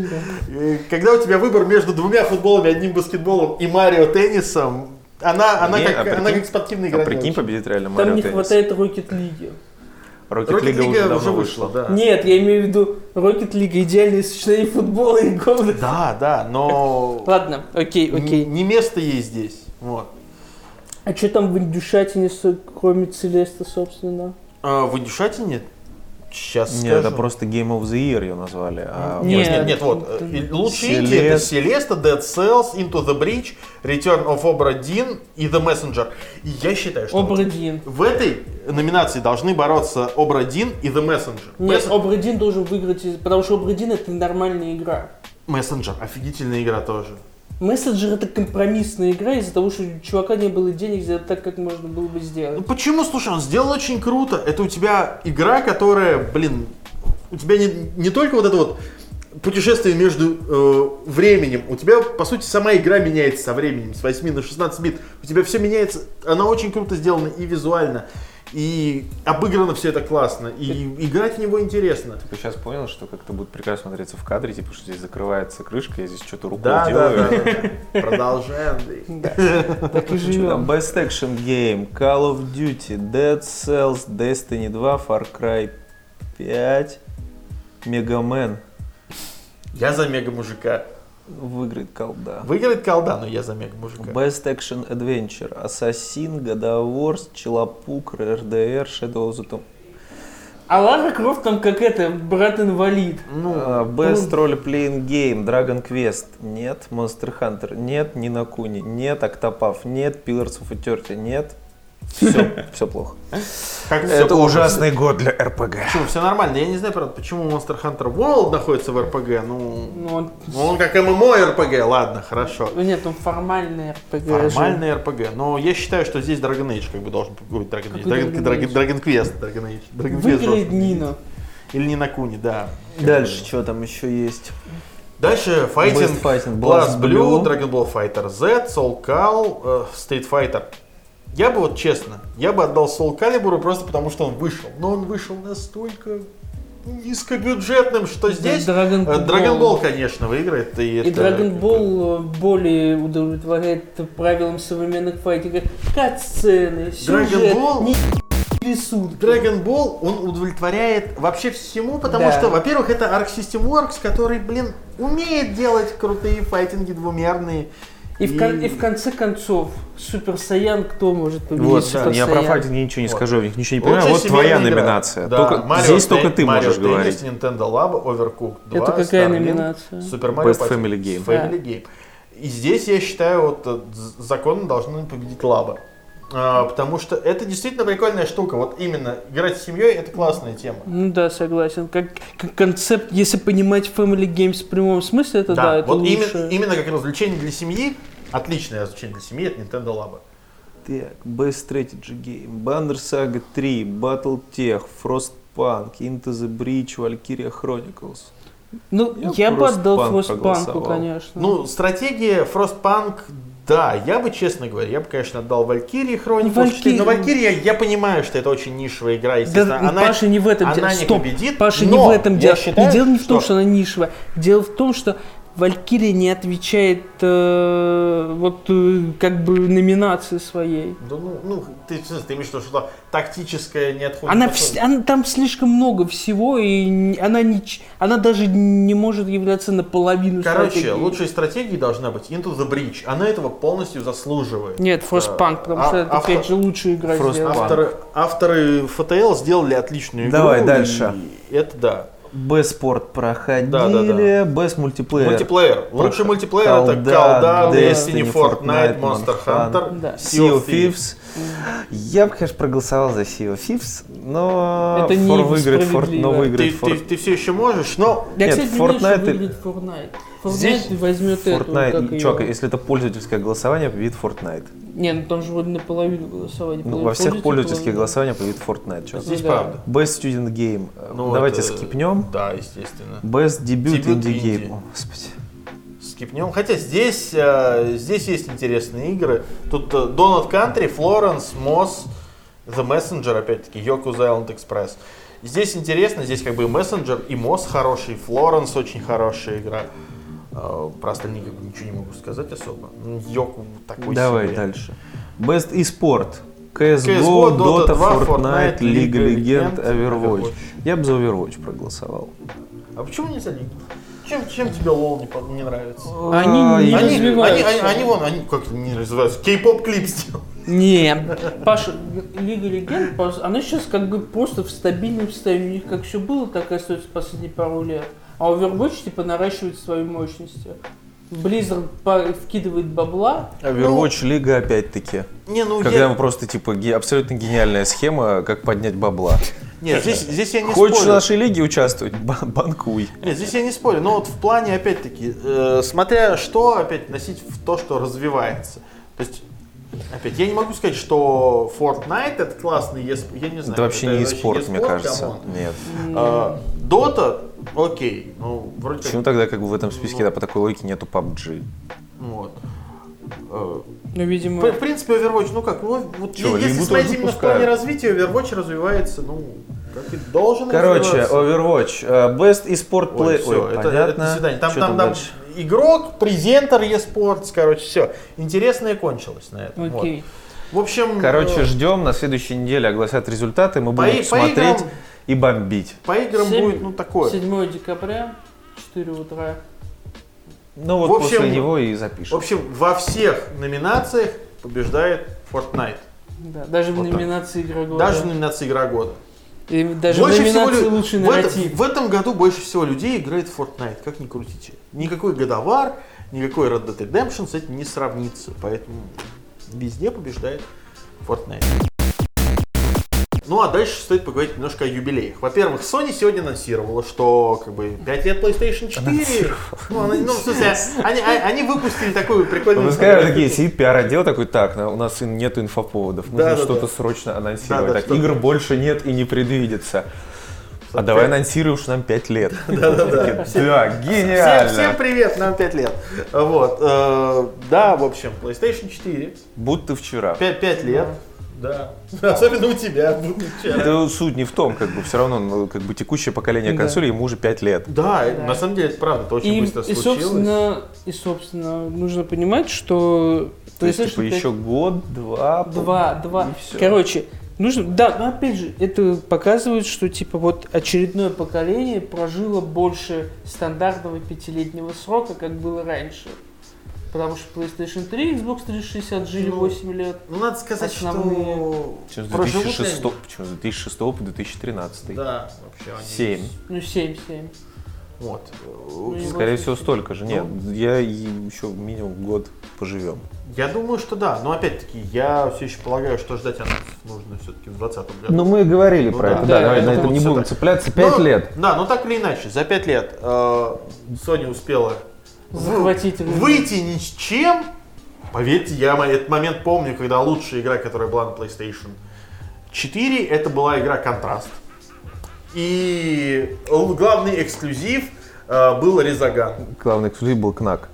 Speaker 3: Э, Когда у тебя выбор между двумя футболами, одним баскетболом и Марио теннисом, она, она,
Speaker 4: Не,
Speaker 3: как,
Speaker 4: а прикинь-
Speaker 3: она как спортивная игра.
Speaker 4: А
Speaker 3: не
Speaker 4: прикинь,
Speaker 3: очень.
Speaker 4: победит реально Марио
Speaker 2: Там не
Speaker 4: Теннис.
Speaker 2: хватает Rocket League.
Speaker 4: Rocket
Speaker 3: Rocket
Speaker 4: League
Speaker 3: League
Speaker 4: уже давно вышла.
Speaker 3: да.
Speaker 2: Нет, я имею в виду Rocket League идеальное сочетание футбола и говна.
Speaker 3: Да, да, но
Speaker 2: ну, Ладно, окей,
Speaker 3: не,
Speaker 2: окей.
Speaker 3: не место ей здесь. Вот.
Speaker 2: А что там в индюшатине, со- кроме Целеста, собственно?
Speaker 3: А, в Индюшатине? Сейчас
Speaker 4: Нет,
Speaker 3: скажу.
Speaker 4: это просто Game of the Year ее назвали. а
Speaker 2: Не,
Speaker 3: Нет, нет, нет, вот.
Speaker 2: это-
Speaker 3: э, Лучшие инди это Селеста, Dead Cells, Into the Breach, Return of Obra Dinn и The Messenger. И я считаю, что вот
Speaker 2: Обрадин.
Speaker 3: в этой номинации должны бороться Obra Dinn и The Messenger.
Speaker 2: Нет,
Speaker 3: Месс-
Speaker 2: Обрадин должен выиграть, из- потому что Обрадин это нормальная игра.
Speaker 3: Messenger, офигительная игра тоже.
Speaker 2: Мессенджер это компромиссная игра из-за того, что у чувака не было денег сделать так, как можно было бы
Speaker 3: Ну
Speaker 2: сделать.
Speaker 3: почему, слушай, он сделал очень круто. Это у тебя игра, которая, блин, у тебя не, не только вот это вот путешествие между э, временем. У тебя, по сути, сама игра меняется со временем, с 8 на 16 бит. У тебя все меняется. Она очень круто сделана и визуально, и обыграно все это классно, и играть в него интересно.
Speaker 4: Ты сейчас понял, что как-то будет прекрасно смотреться в кадре, типа, что здесь закрывается крышка, я здесь что-то рукой
Speaker 3: Да, да,
Speaker 4: делаю.
Speaker 3: да, да. Продолжай, Андрей.
Speaker 2: Так и
Speaker 4: Что там?
Speaker 2: живем.
Speaker 4: Best Action Game, Call of Duty, Dead Cells, Destiny 2, Far Cry 5, Mega Man.
Speaker 3: Я за мега мужика.
Speaker 4: Выиграет колда.
Speaker 3: Выиграет колда, но я за мега мужика.
Speaker 4: Best Action Adventure, Assassin, God of War, Челопук, RDR, Shadow of the Tomb.
Speaker 2: А Лара Крофт там как это, брат-инвалид.
Speaker 3: Ну,
Speaker 4: А, Best Role Playing Game, Dragon Quest, нет. Monster Hunter, нет. Нинакуни, нет. Октопав, нет. Pillars of Eternity, нет.
Speaker 3: Все, все плохо. Как всё
Speaker 4: Это
Speaker 3: плохо?
Speaker 4: ужасный год для РПГ.
Speaker 3: Почему? Все нормально. Я не знаю, правда, почему Monster Hunter World находится в РПГ. Ну,
Speaker 2: Ну, он-
Speaker 3: ну, он как ММО РПГ. Ладно, хорошо.
Speaker 2: ну, нет, он формальный RPG. режим.
Speaker 3: Нормальный РПГ. Но я считаю, что здесь Dragon Age как бы должен быть Dragon Age.
Speaker 2: Какой
Speaker 3: Dragon,
Speaker 2: Dragon
Speaker 3: Dragon-
Speaker 2: Age?
Speaker 3: Dragon Quest. Dragon Age. Dragon Quest
Speaker 2: Выиграет
Speaker 3: должен быть.
Speaker 2: Нина.
Speaker 3: Или Нина Куни, да.
Speaker 1: Дальше что там еще есть?
Speaker 3: Дальше Fighting,
Speaker 1: Best Fighting, Blast
Speaker 3: Blast
Speaker 1: Blue,
Speaker 3: Blue, Dragon Ball Fighter Z, Soul Cal, э, Street Fighter. Я бы вот честно, я бы отдал Soul Calibur просто потому, что он вышел. Но он вышел настолько низкобюджетным, что здесь э,
Speaker 2: Dragon
Speaker 3: Dragon Ball, конечно, выиграет. И,
Speaker 2: И
Speaker 3: это
Speaker 2: Dragon
Speaker 3: как бы-
Speaker 2: Ball э, более удовлетворяет правилам современных файтингов. Кат-сцены, сюжет,
Speaker 3: Ball?
Speaker 2: не рисунки.
Speaker 3: Dragon Ball, он удовлетворяет вообще всему, потому
Speaker 2: Да.
Speaker 3: что, во-первых, это Arc System Works, который, блин, умеет делать крутые файтинги двумерные.
Speaker 2: И, в, кон- и в конце концов, Супер Саян, кто может победить
Speaker 4: Вот,
Speaker 2: Супер
Speaker 4: я про
Speaker 2: Саян?
Speaker 4: файтинг ничего не
Speaker 3: Вот.
Speaker 4: скажу, я в них ничего не
Speaker 3: Лучшая
Speaker 4: понимаю. Ну, Вот твоя
Speaker 3: семейная игра.
Speaker 4: номинация.
Speaker 3: Да.
Speaker 4: Только-
Speaker 3: Mario
Speaker 4: здесь
Speaker 3: Tennis-
Speaker 4: только ты
Speaker 3: Mario
Speaker 4: можешь
Speaker 3: Tennis,
Speaker 4: говорить.
Speaker 3: Nintendo Lab, Overcooked 2,
Speaker 2: Это какая
Speaker 3: Starlink,
Speaker 2: номинация?
Speaker 3: Super Mario
Speaker 4: Best
Speaker 3: Party,
Speaker 4: Family Game.
Speaker 3: Family Game. И здесь, я считаю, вот э, з- законно должны победить Лаба. А, потому что это действительно прикольная штука. Вот именно играть с семьей это классная тема.
Speaker 2: Ну да, согласен. Как, как концепт, если понимать Family Games в прямом смысле, это да, это
Speaker 3: вот
Speaker 2: лучше.
Speaker 3: именно, именно как развлечение для семьи, отличное развлечение для семьи от Nintendo Lab.
Speaker 1: Так, Best Strategy Game, Banner Saga 3, Battletech, Frostpunk, Into the Breach, Valkyria Chronicles.
Speaker 2: Ну,
Speaker 1: Я
Speaker 2: я, бы отдал
Speaker 1: Frostpunk
Speaker 2: Фростпанку,
Speaker 1: проголосовал.
Speaker 2: конечно.
Speaker 3: Ну, стратегия Frostpunk, да, я бы, честно говоря, я бы, конечно, отдал Валькирии Chronicles 4, но
Speaker 2: Valkyrie-
Speaker 3: Валькирия, я понимаю, что это очень нишевая игра, естественно.
Speaker 2: Да, ну,
Speaker 3: она,
Speaker 2: Паша не в этом
Speaker 3: она
Speaker 2: дело.
Speaker 3: не
Speaker 2: Стоп,
Speaker 3: победит,
Speaker 2: Паша не
Speaker 3: но
Speaker 2: в этом
Speaker 3: я
Speaker 2: дело.
Speaker 3: считаю,
Speaker 2: И дело не в том,
Speaker 3: что-
Speaker 2: что она нишевая. Дело в том, что Валькирия не отвечает э, вот э, как бы номинации своей.
Speaker 3: Да ну, ну, ты, в смысле, ты имеешь в виду, что тактическая не отходит.
Speaker 2: Она,
Speaker 3: от
Speaker 2: вс-
Speaker 3: основы?
Speaker 2: она- там слишком много всего, и н- она, не, ч- она даже не может являться наполовину
Speaker 3: Короче,
Speaker 2: стратегией.
Speaker 3: лучшей стратегией должна быть Into the Breach. Она этого полностью заслуживает.
Speaker 2: Нет, Frostpunk, потому
Speaker 3: А-
Speaker 2: что это,
Speaker 3: автор-
Speaker 2: опять же, лучшая игра
Speaker 4: Frostpunk.
Speaker 2: сделана.
Speaker 3: Авторы, авторы FTL сделали отличную игру.
Speaker 1: Давай дальше.
Speaker 3: и Это да.
Speaker 1: Best спорт проходили,
Speaker 3: Да-да-да.
Speaker 1: Best мультиплеер.
Speaker 3: Мультиплеер. Лучший
Speaker 1: Прошу.
Speaker 3: мультиплеер это
Speaker 1: Колда,
Speaker 3: Колда,
Speaker 1: Destiny,
Speaker 3: Destiny, Fortnite,
Speaker 1: Fortnite,
Speaker 3: Monster
Speaker 1: Monster
Speaker 3: Hunter,
Speaker 2: Да.
Speaker 1: Sea of Thieves. Я бы, конечно, проголосовал за Sea of Thieves, но
Speaker 2: Это не
Speaker 1: Фор выиграет, Фор-
Speaker 2: справедливо.
Speaker 1: но
Speaker 3: Ты,
Speaker 1: выиграет
Speaker 3: ты-
Speaker 1: Фор-
Speaker 3: ты все еще можешь, но
Speaker 2: Я,
Speaker 1: Нет,
Speaker 2: кстати, не знаю, что
Speaker 1: Fortnite и-
Speaker 2: выиграет Fortnite. Fortnite
Speaker 3: Здесь
Speaker 2: возьмет эту, как
Speaker 4: Fortnite,
Speaker 2: её.
Speaker 4: чувак, если это пользовательское голосование, победит Fortnite.
Speaker 2: Не, ну там же вроде наполовину голосование.
Speaker 4: Ну, во всех пользовательских
Speaker 2: голосованиях.
Speaker 4: голосованиях победит Fortnite, чувак.
Speaker 3: здесь
Speaker 2: да.
Speaker 3: правда.
Speaker 4: Best Student Game.
Speaker 3: Ну,
Speaker 4: Давайте
Speaker 3: это-
Speaker 4: скипнем.
Speaker 3: Да, естественно.
Speaker 4: Best Debut
Speaker 3: Debut
Speaker 4: Indie
Speaker 3: Indie.
Speaker 4: Game. О, господи.
Speaker 3: Скипнем. Хотя здесь, э, здесь есть интересные игры. Тут э, Donut Country, Florence, Moss, The Messenger, опять-таки, Yoku's Island Express. Здесь интересно, здесь как бы и Messenger, и Moss хороший, и Florence очень хорошая игра. Э, Про остальные как бы ничего не могу сказать особо. Ну, Йоку такой
Speaker 4: Давай
Speaker 3: себе.
Speaker 4: дальше. Best eSport. CSGO,
Speaker 3: CS:GO, Dota
Speaker 4: Dota,
Speaker 3: 2, Fortnite,
Speaker 4: Fortnite, Лига
Speaker 3: League of
Speaker 4: Легенд,
Speaker 3: Legends, Overwatch.
Speaker 4: Overwatch. Я бы за Overwatch проголосовал.
Speaker 3: А почему нельзя Лигу? Чем, чем тебе лол не, по- не нравится?
Speaker 2: Они
Speaker 4: А,
Speaker 2: не
Speaker 3: Они, они,
Speaker 4: я-
Speaker 3: они,
Speaker 2: развиваются.
Speaker 3: они вон, они как не развиваются. Кей-поп клип сделал.
Speaker 2: Не, Паша, Лига Легенд, пос- она сейчас как бы просто в стабильном состоянии. У них как все было, так и остается последние пару лет. А Overwatch типа наращивает свою мощность. Blizzard по- вкидывает бабла.
Speaker 4: Overwatch Лига опять-таки.
Speaker 3: Не, ну
Speaker 4: А Когда
Speaker 3: я...
Speaker 4: просто типа ге- абсолютно гениальная схема, как поднять бабла.
Speaker 3: Нет, здесь, здесь я не
Speaker 4: Хочешь в
Speaker 3: спорю.
Speaker 4: нашей лиге участвовать? Ба- Банкуй.
Speaker 3: Нет, здесь я не спорю, но вот в плане, опять-таки, э, смотря что, опять, носить в то, что развивается. То есть, опять, я не могу сказать, что Fortnite это классный eSport, я не знаю.
Speaker 4: Это вообще не e-спорт,
Speaker 3: e-спорт,
Speaker 4: мне кажется.
Speaker 3: камон.
Speaker 4: Нет.
Speaker 3: А, Dota, окей, ну, вроде
Speaker 4: Почему
Speaker 3: как,
Speaker 4: тогда как бы в этом списке, да, по такой логике нету PUBG?
Speaker 3: ну, вот. Э,
Speaker 2: Ну, видимо,
Speaker 3: В, в принципе, Overwatch, ну как, ну, вот
Speaker 4: Чё,
Speaker 3: е- если
Speaker 4: Лигу
Speaker 3: смотреть
Speaker 4: тоже
Speaker 3: именно в
Speaker 4: пускают.
Speaker 3: плане развития, Overwatch развивается, ну, как и должен
Speaker 4: Короче,
Speaker 3: развиваться.
Speaker 4: Overwatch, э, Best eSport
Speaker 3: Ну, Ой,
Speaker 4: Play...
Speaker 3: всё,
Speaker 4: Ой,
Speaker 3: это,
Speaker 4: понятно.
Speaker 3: это до свидания. Там,
Speaker 4: Чё
Speaker 3: там, там
Speaker 4: дальше?
Speaker 3: игрок, презентер eSports, короче, все. Интересное кончилось на этом. вот.
Speaker 2: окей.
Speaker 3: В общем,
Speaker 4: Короче,
Speaker 3: э,
Speaker 4: ждем, на следующей неделе огласят результаты, мы будем
Speaker 3: и- по
Speaker 4: смотреть
Speaker 3: играм.
Speaker 4: и бомбить.
Speaker 3: по играм
Speaker 2: Семь-
Speaker 3: будет, ну, такое.
Speaker 2: 7 декабря, 4 утра.
Speaker 4: Ну вот
Speaker 3: В общем,
Speaker 4: после него и
Speaker 3: В
Speaker 4: запишем.
Speaker 3: общем, во всех номинациях побеждает Fortnite.
Speaker 2: Да, даже в
Speaker 3: Вот так.
Speaker 2: номинации игра года.
Speaker 3: Даже в номинации «Игра года».
Speaker 2: И даже в
Speaker 3: Больше всего
Speaker 2: номинации
Speaker 3: лю-
Speaker 2: лучший
Speaker 3: в, этом,
Speaker 2: нарратив.
Speaker 3: в этом году больше всего людей играет в Fortnite, как ни крутите. Никакой годовар, никакой Red Dead Redemption с этим не сравнится. Поэтому везде побеждает Fortnite. Ну а дальше стоит поговорить немножко о юбилеях. Во-первых, Sony сегодня анонсировала, что как бы 5 лет PlayStation 4. Ну, она- ну, в смысле, они, а- они выпустили такую прикольную...
Speaker 4: Ну, Вы скажете, такие, сидит пиар-отдел такой, так, на- у нас и нет инфоповодов, нужно
Speaker 3: Да-да-да.
Speaker 4: что-то срочно анонсировать.
Speaker 3: Да-да,
Speaker 4: так,
Speaker 3: что-то.
Speaker 4: игр больше нет и не предвидится. А давай анонсируем, что нам 5 лет.
Speaker 3: Да-да-да. Всем,
Speaker 4: Да,
Speaker 3: всем
Speaker 4: гениально.
Speaker 3: привет, нам 5 лет. Вот. э, да, в общем, PlayStation 4.
Speaker 4: Будто вчера.
Speaker 3: 5, лет. Да. Особенно у тебя. ну, будут вчера.
Speaker 4: Это суть не в том, как бы все равно, ну, как бы текущее поколение
Speaker 2: Да.
Speaker 4: консолей ему уже 5 лет.
Speaker 3: Да, на самом деле, это правда, это очень
Speaker 2: И,
Speaker 3: быстро
Speaker 2: и,
Speaker 3: случилось.
Speaker 2: собственно, и, собственно, нужно понимать, что...
Speaker 4: То есть,
Speaker 2: PlayStation
Speaker 4: типа,
Speaker 2: 5
Speaker 4: еще год, два,
Speaker 2: Два, два.
Speaker 4: и всё.
Speaker 2: Короче, нужно... Да, но Ну, опять же, это показывает, что, типа, вот очередное поколение прожило больше стандартного пятилетнего срока, как было раньше. Потому что PlayStation 3 и Xbox 360 жили
Speaker 3: Ну,
Speaker 2: 8 лет.
Speaker 3: Ну, надо сказать,
Speaker 2: Основные.
Speaker 3: что...
Speaker 4: Почему с
Speaker 3: проживут
Speaker 4: 2006,
Speaker 3: они.
Speaker 4: почему с 2006 по 2013?
Speaker 3: Да, вообще они-
Speaker 4: 7.
Speaker 2: Ну, 7-7.
Speaker 3: Вот.
Speaker 2: и
Speaker 4: Скорее
Speaker 2: вот
Speaker 4: всего, столько же. Нет,
Speaker 3: Ну.
Speaker 4: я еще минимум год поживем.
Speaker 3: Я думаю, что да. Но опять-таки, я все еще полагаю, что ждать анонсов нужно все-таки в 2020 году.
Speaker 4: мы говорили
Speaker 3: Ну про да.
Speaker 2: да,
Speaker 3: это,
Speaker 2: Да, давай это на
Speaker 3: этом не вот будем это.
Speaker 4: цепляться.
Speaker 3: Но- Да, но так или иначе, за 5 лет э, Sony успела в-
Speaker 2: Захватить рынок.
Speaker 3: выйти ни с чем. Поверьте, я мо- этот момент помню, когда лучшая игра, которая была на PlayStation 4, это была игра Контраст. И л- главный эксклюзив э, был Резаган.
Speaker 4: Главный эксклюзив был КНАК.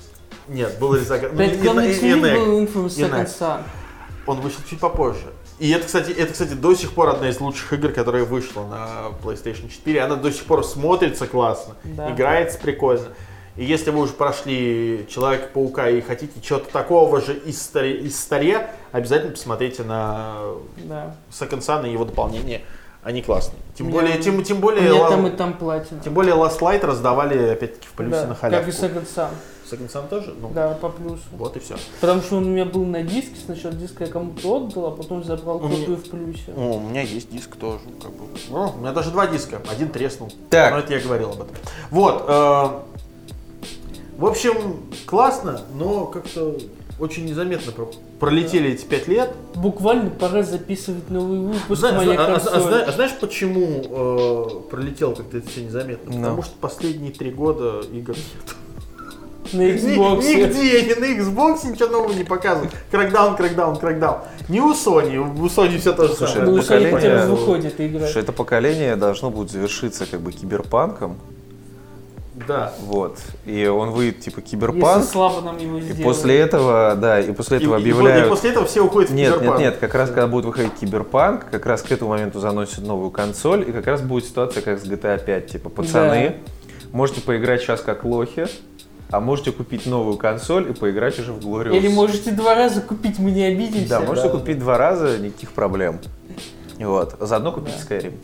Speaker 3: Нет, был Резаган. Ну,
Speaker 2: Блядь,
Speaker 3: не- не-
Speaker 2: главный
Speaker 3: не-
Speaker 2: эксклюзив
Speaker 3: не- не-
Speaker 2: был Infamous Second
Speaker 3: Иначе.
Speaker 2: Son.
Speaker 3: Он вышел чуть попозже. И это, кстати, это, кстати, до сих пор одна из лучших игр, которая вышла на PlayStation 4. Она до сих пор смотрится классно,
Speaker 2: Да.
Speaker 3: играется прикольно. И если вы уже прошли Человека-паука и хотите чего-то такого же из старе, из старе, обязательно посмотрите на
Speaker 2: Да.
Speaker 3: Second Son и его дополнение. Они классные. Тем
Speaker 2: Мне-
Speaker 3: более, тем, тем
Speaker 2: У
Speaker 3: более,
Speaker 2: меня
Speaker 3: Ла-
Speaker 2: там и там платина.
Speaker 3: тем более Last Light раздавали опять-таки в плюсе
Speaker 2: Да,
Speaker 3: на
Speaker 2: Как и
Speaker 3: халяву.
Speaker 2: Second Son.
Speaker 3: Second Son тоже? Ну,
Speaker 2: Да, по плюсу.
Speaker 3: вот и все.
Speaker 2: Потому что он у меня был на диске, сначала диск я кому-то отдал, а потом забрал
Speaker 3: У меня-
Speaker 2: копию в плюсе.
Speaker 3: О, у меня есть диск тоже, как бы. Ну, у меня даже два диска, один треснул.
Speaker 4: Так.
Speaker 3: Но это я говорил об этом. Вот. э, в общем, классно, но как-то очень незаметно про- пролетели эти пять лет.
Speaker 2: Буквально пора записывать новый выпуск
Speaker 3: Зна-
Speaker 2: моей
Speaker 3: а- а- а-
Speaker 2: консоли.
Speaker 3: зна- а знаешь, почему э, пролетело как-то это все незаметно?
Speaker 4: Ну.
Speaker 3: Потому что последние три года игр нет.
Speaker 2: На Xbox.
Speaker 3: Ни- Нигде, ни на Xbox ничего нового не показывают. Кракдаун, кракдаун, кракдаун. Не у Sony, у Sony все то же
Speaker 4: Слушай,
Speaker 3: самое.
Speaker 2: Ну,
Speaker 4: это
Speaker 2: Sony хотя бы
Speaker 4: поколение-
Speaker 2: выходит и играет.
Speaker 4: Что это поколение должно будет завершиться как бы киберпанком.
Speaker 3: Да.
Speaker 4: Вот. И он выйдет типа
Speaker 2: Если
Speaker 4: киберпанк.
Speaker 2: слабо нам его сделать.
Speaker 4: И после этого, да, и после этого
Speaker 3: И- и- И,
Speaker 4: объявляют...
Speaker 3: после этого все уходят в
Speaker 4: Нет, нет,
Speaker 3: киберпанк.
Speaker 4: нет, как раз когда будет выходить Киберпанк, как раз к этому моменту заносят новую консоль, и как раз будет ситуация, как с GTA 5, типа, пацаны, можете поиграть сейчас как лохи, а можете купить новую консоль и поиграть уже в Glorious.
Speaker 2: Или можете два раза купить, мы не обидимся.
Speaker 4: Да, можете
Speaker 3: да.
Speaker 4: купить два раза, никаких проблем. Вот, заодно купить Skyrim.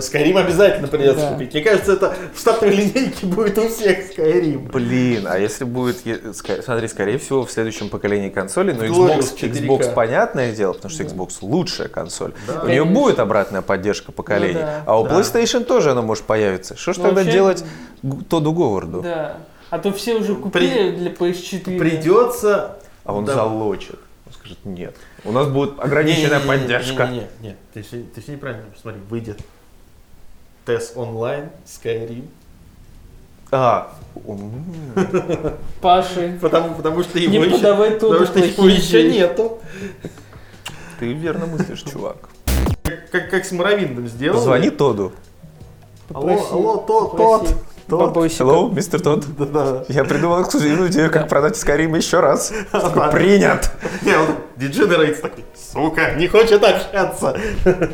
Speaker 3: Скайрим обязательно придется
Speaker 2: Да.
Speaker 3: купить. Мне кажется, это в стартовой линейке будет у всех Скайрим.
Speaker 4: Блин, а если будет, е- ска- смотри, скорее всего, в следующем поколении консолей, но
Speaker 3: Glorious
Speaker 4: Xbox,
Speaker 3: 4K.
Speaker 4: Xbox понятное дело, потому что Xbox лучшая консоль. У нее
Speaker 2: Конечно.
Speaker 4: будет обратная поддержка поколений,
Speaker 2: Ну да.
Speaker 4: а у
Speaker 3: Да.
Speaker 4: PlayStation тоже она может появиться. Что ж
Speaker 2: Ну,
Speaker 4: тогда
Speaker 2: вообще-
Speaker 4: делать Г- Тоду Говарду?
Speaker 2: Да. А то все уже купили для PS4.
Speaker 3: Придется...
Speaker 4: А он
Speaker 3: Да.
Speaker 4: залочит. Он скажет, нет, у нас будет ограниченная поддержка.
Speaker 3: Нет, нет, ты все ты всё неправильно, посмотри, выйдет. Тес онлайн, Skyrim.
Speaker 4: А, м,
Speaker 2: Паши.
Speaker 3: Потому, потому что
Speaker 2: Не
Speaker 3: его еще,
Speaker 2: подавай Тоду
Speaker 3: потому что его
Speaker 2: плохие
Speaker 3: еще
Speaker 2: идеи.
Speaker 3: нету.
Speaker 4: ты верно мыслишь, чувак.
Speaker 3: Как, как, как с Муравиндом сделал.
Speaker 4: Позвони Тоду.
Speaker 3: Алло,
Speaker 2: Попроси.
Speaker 3: алло, тот,
Speaker 2: Попроси.
Speaker 3: тот. Тот.
Speaker 4: Hello, мистер Тод.
Speaker 3: Да-да.
Speaker 4: Я придумал эксклюзивную идею, как продать Скайрим еще раз. Такой, Принят.
Speaker 3: Не, он Degenerates такой, сука, не хочет общаться.
Speaker 2: Кстати,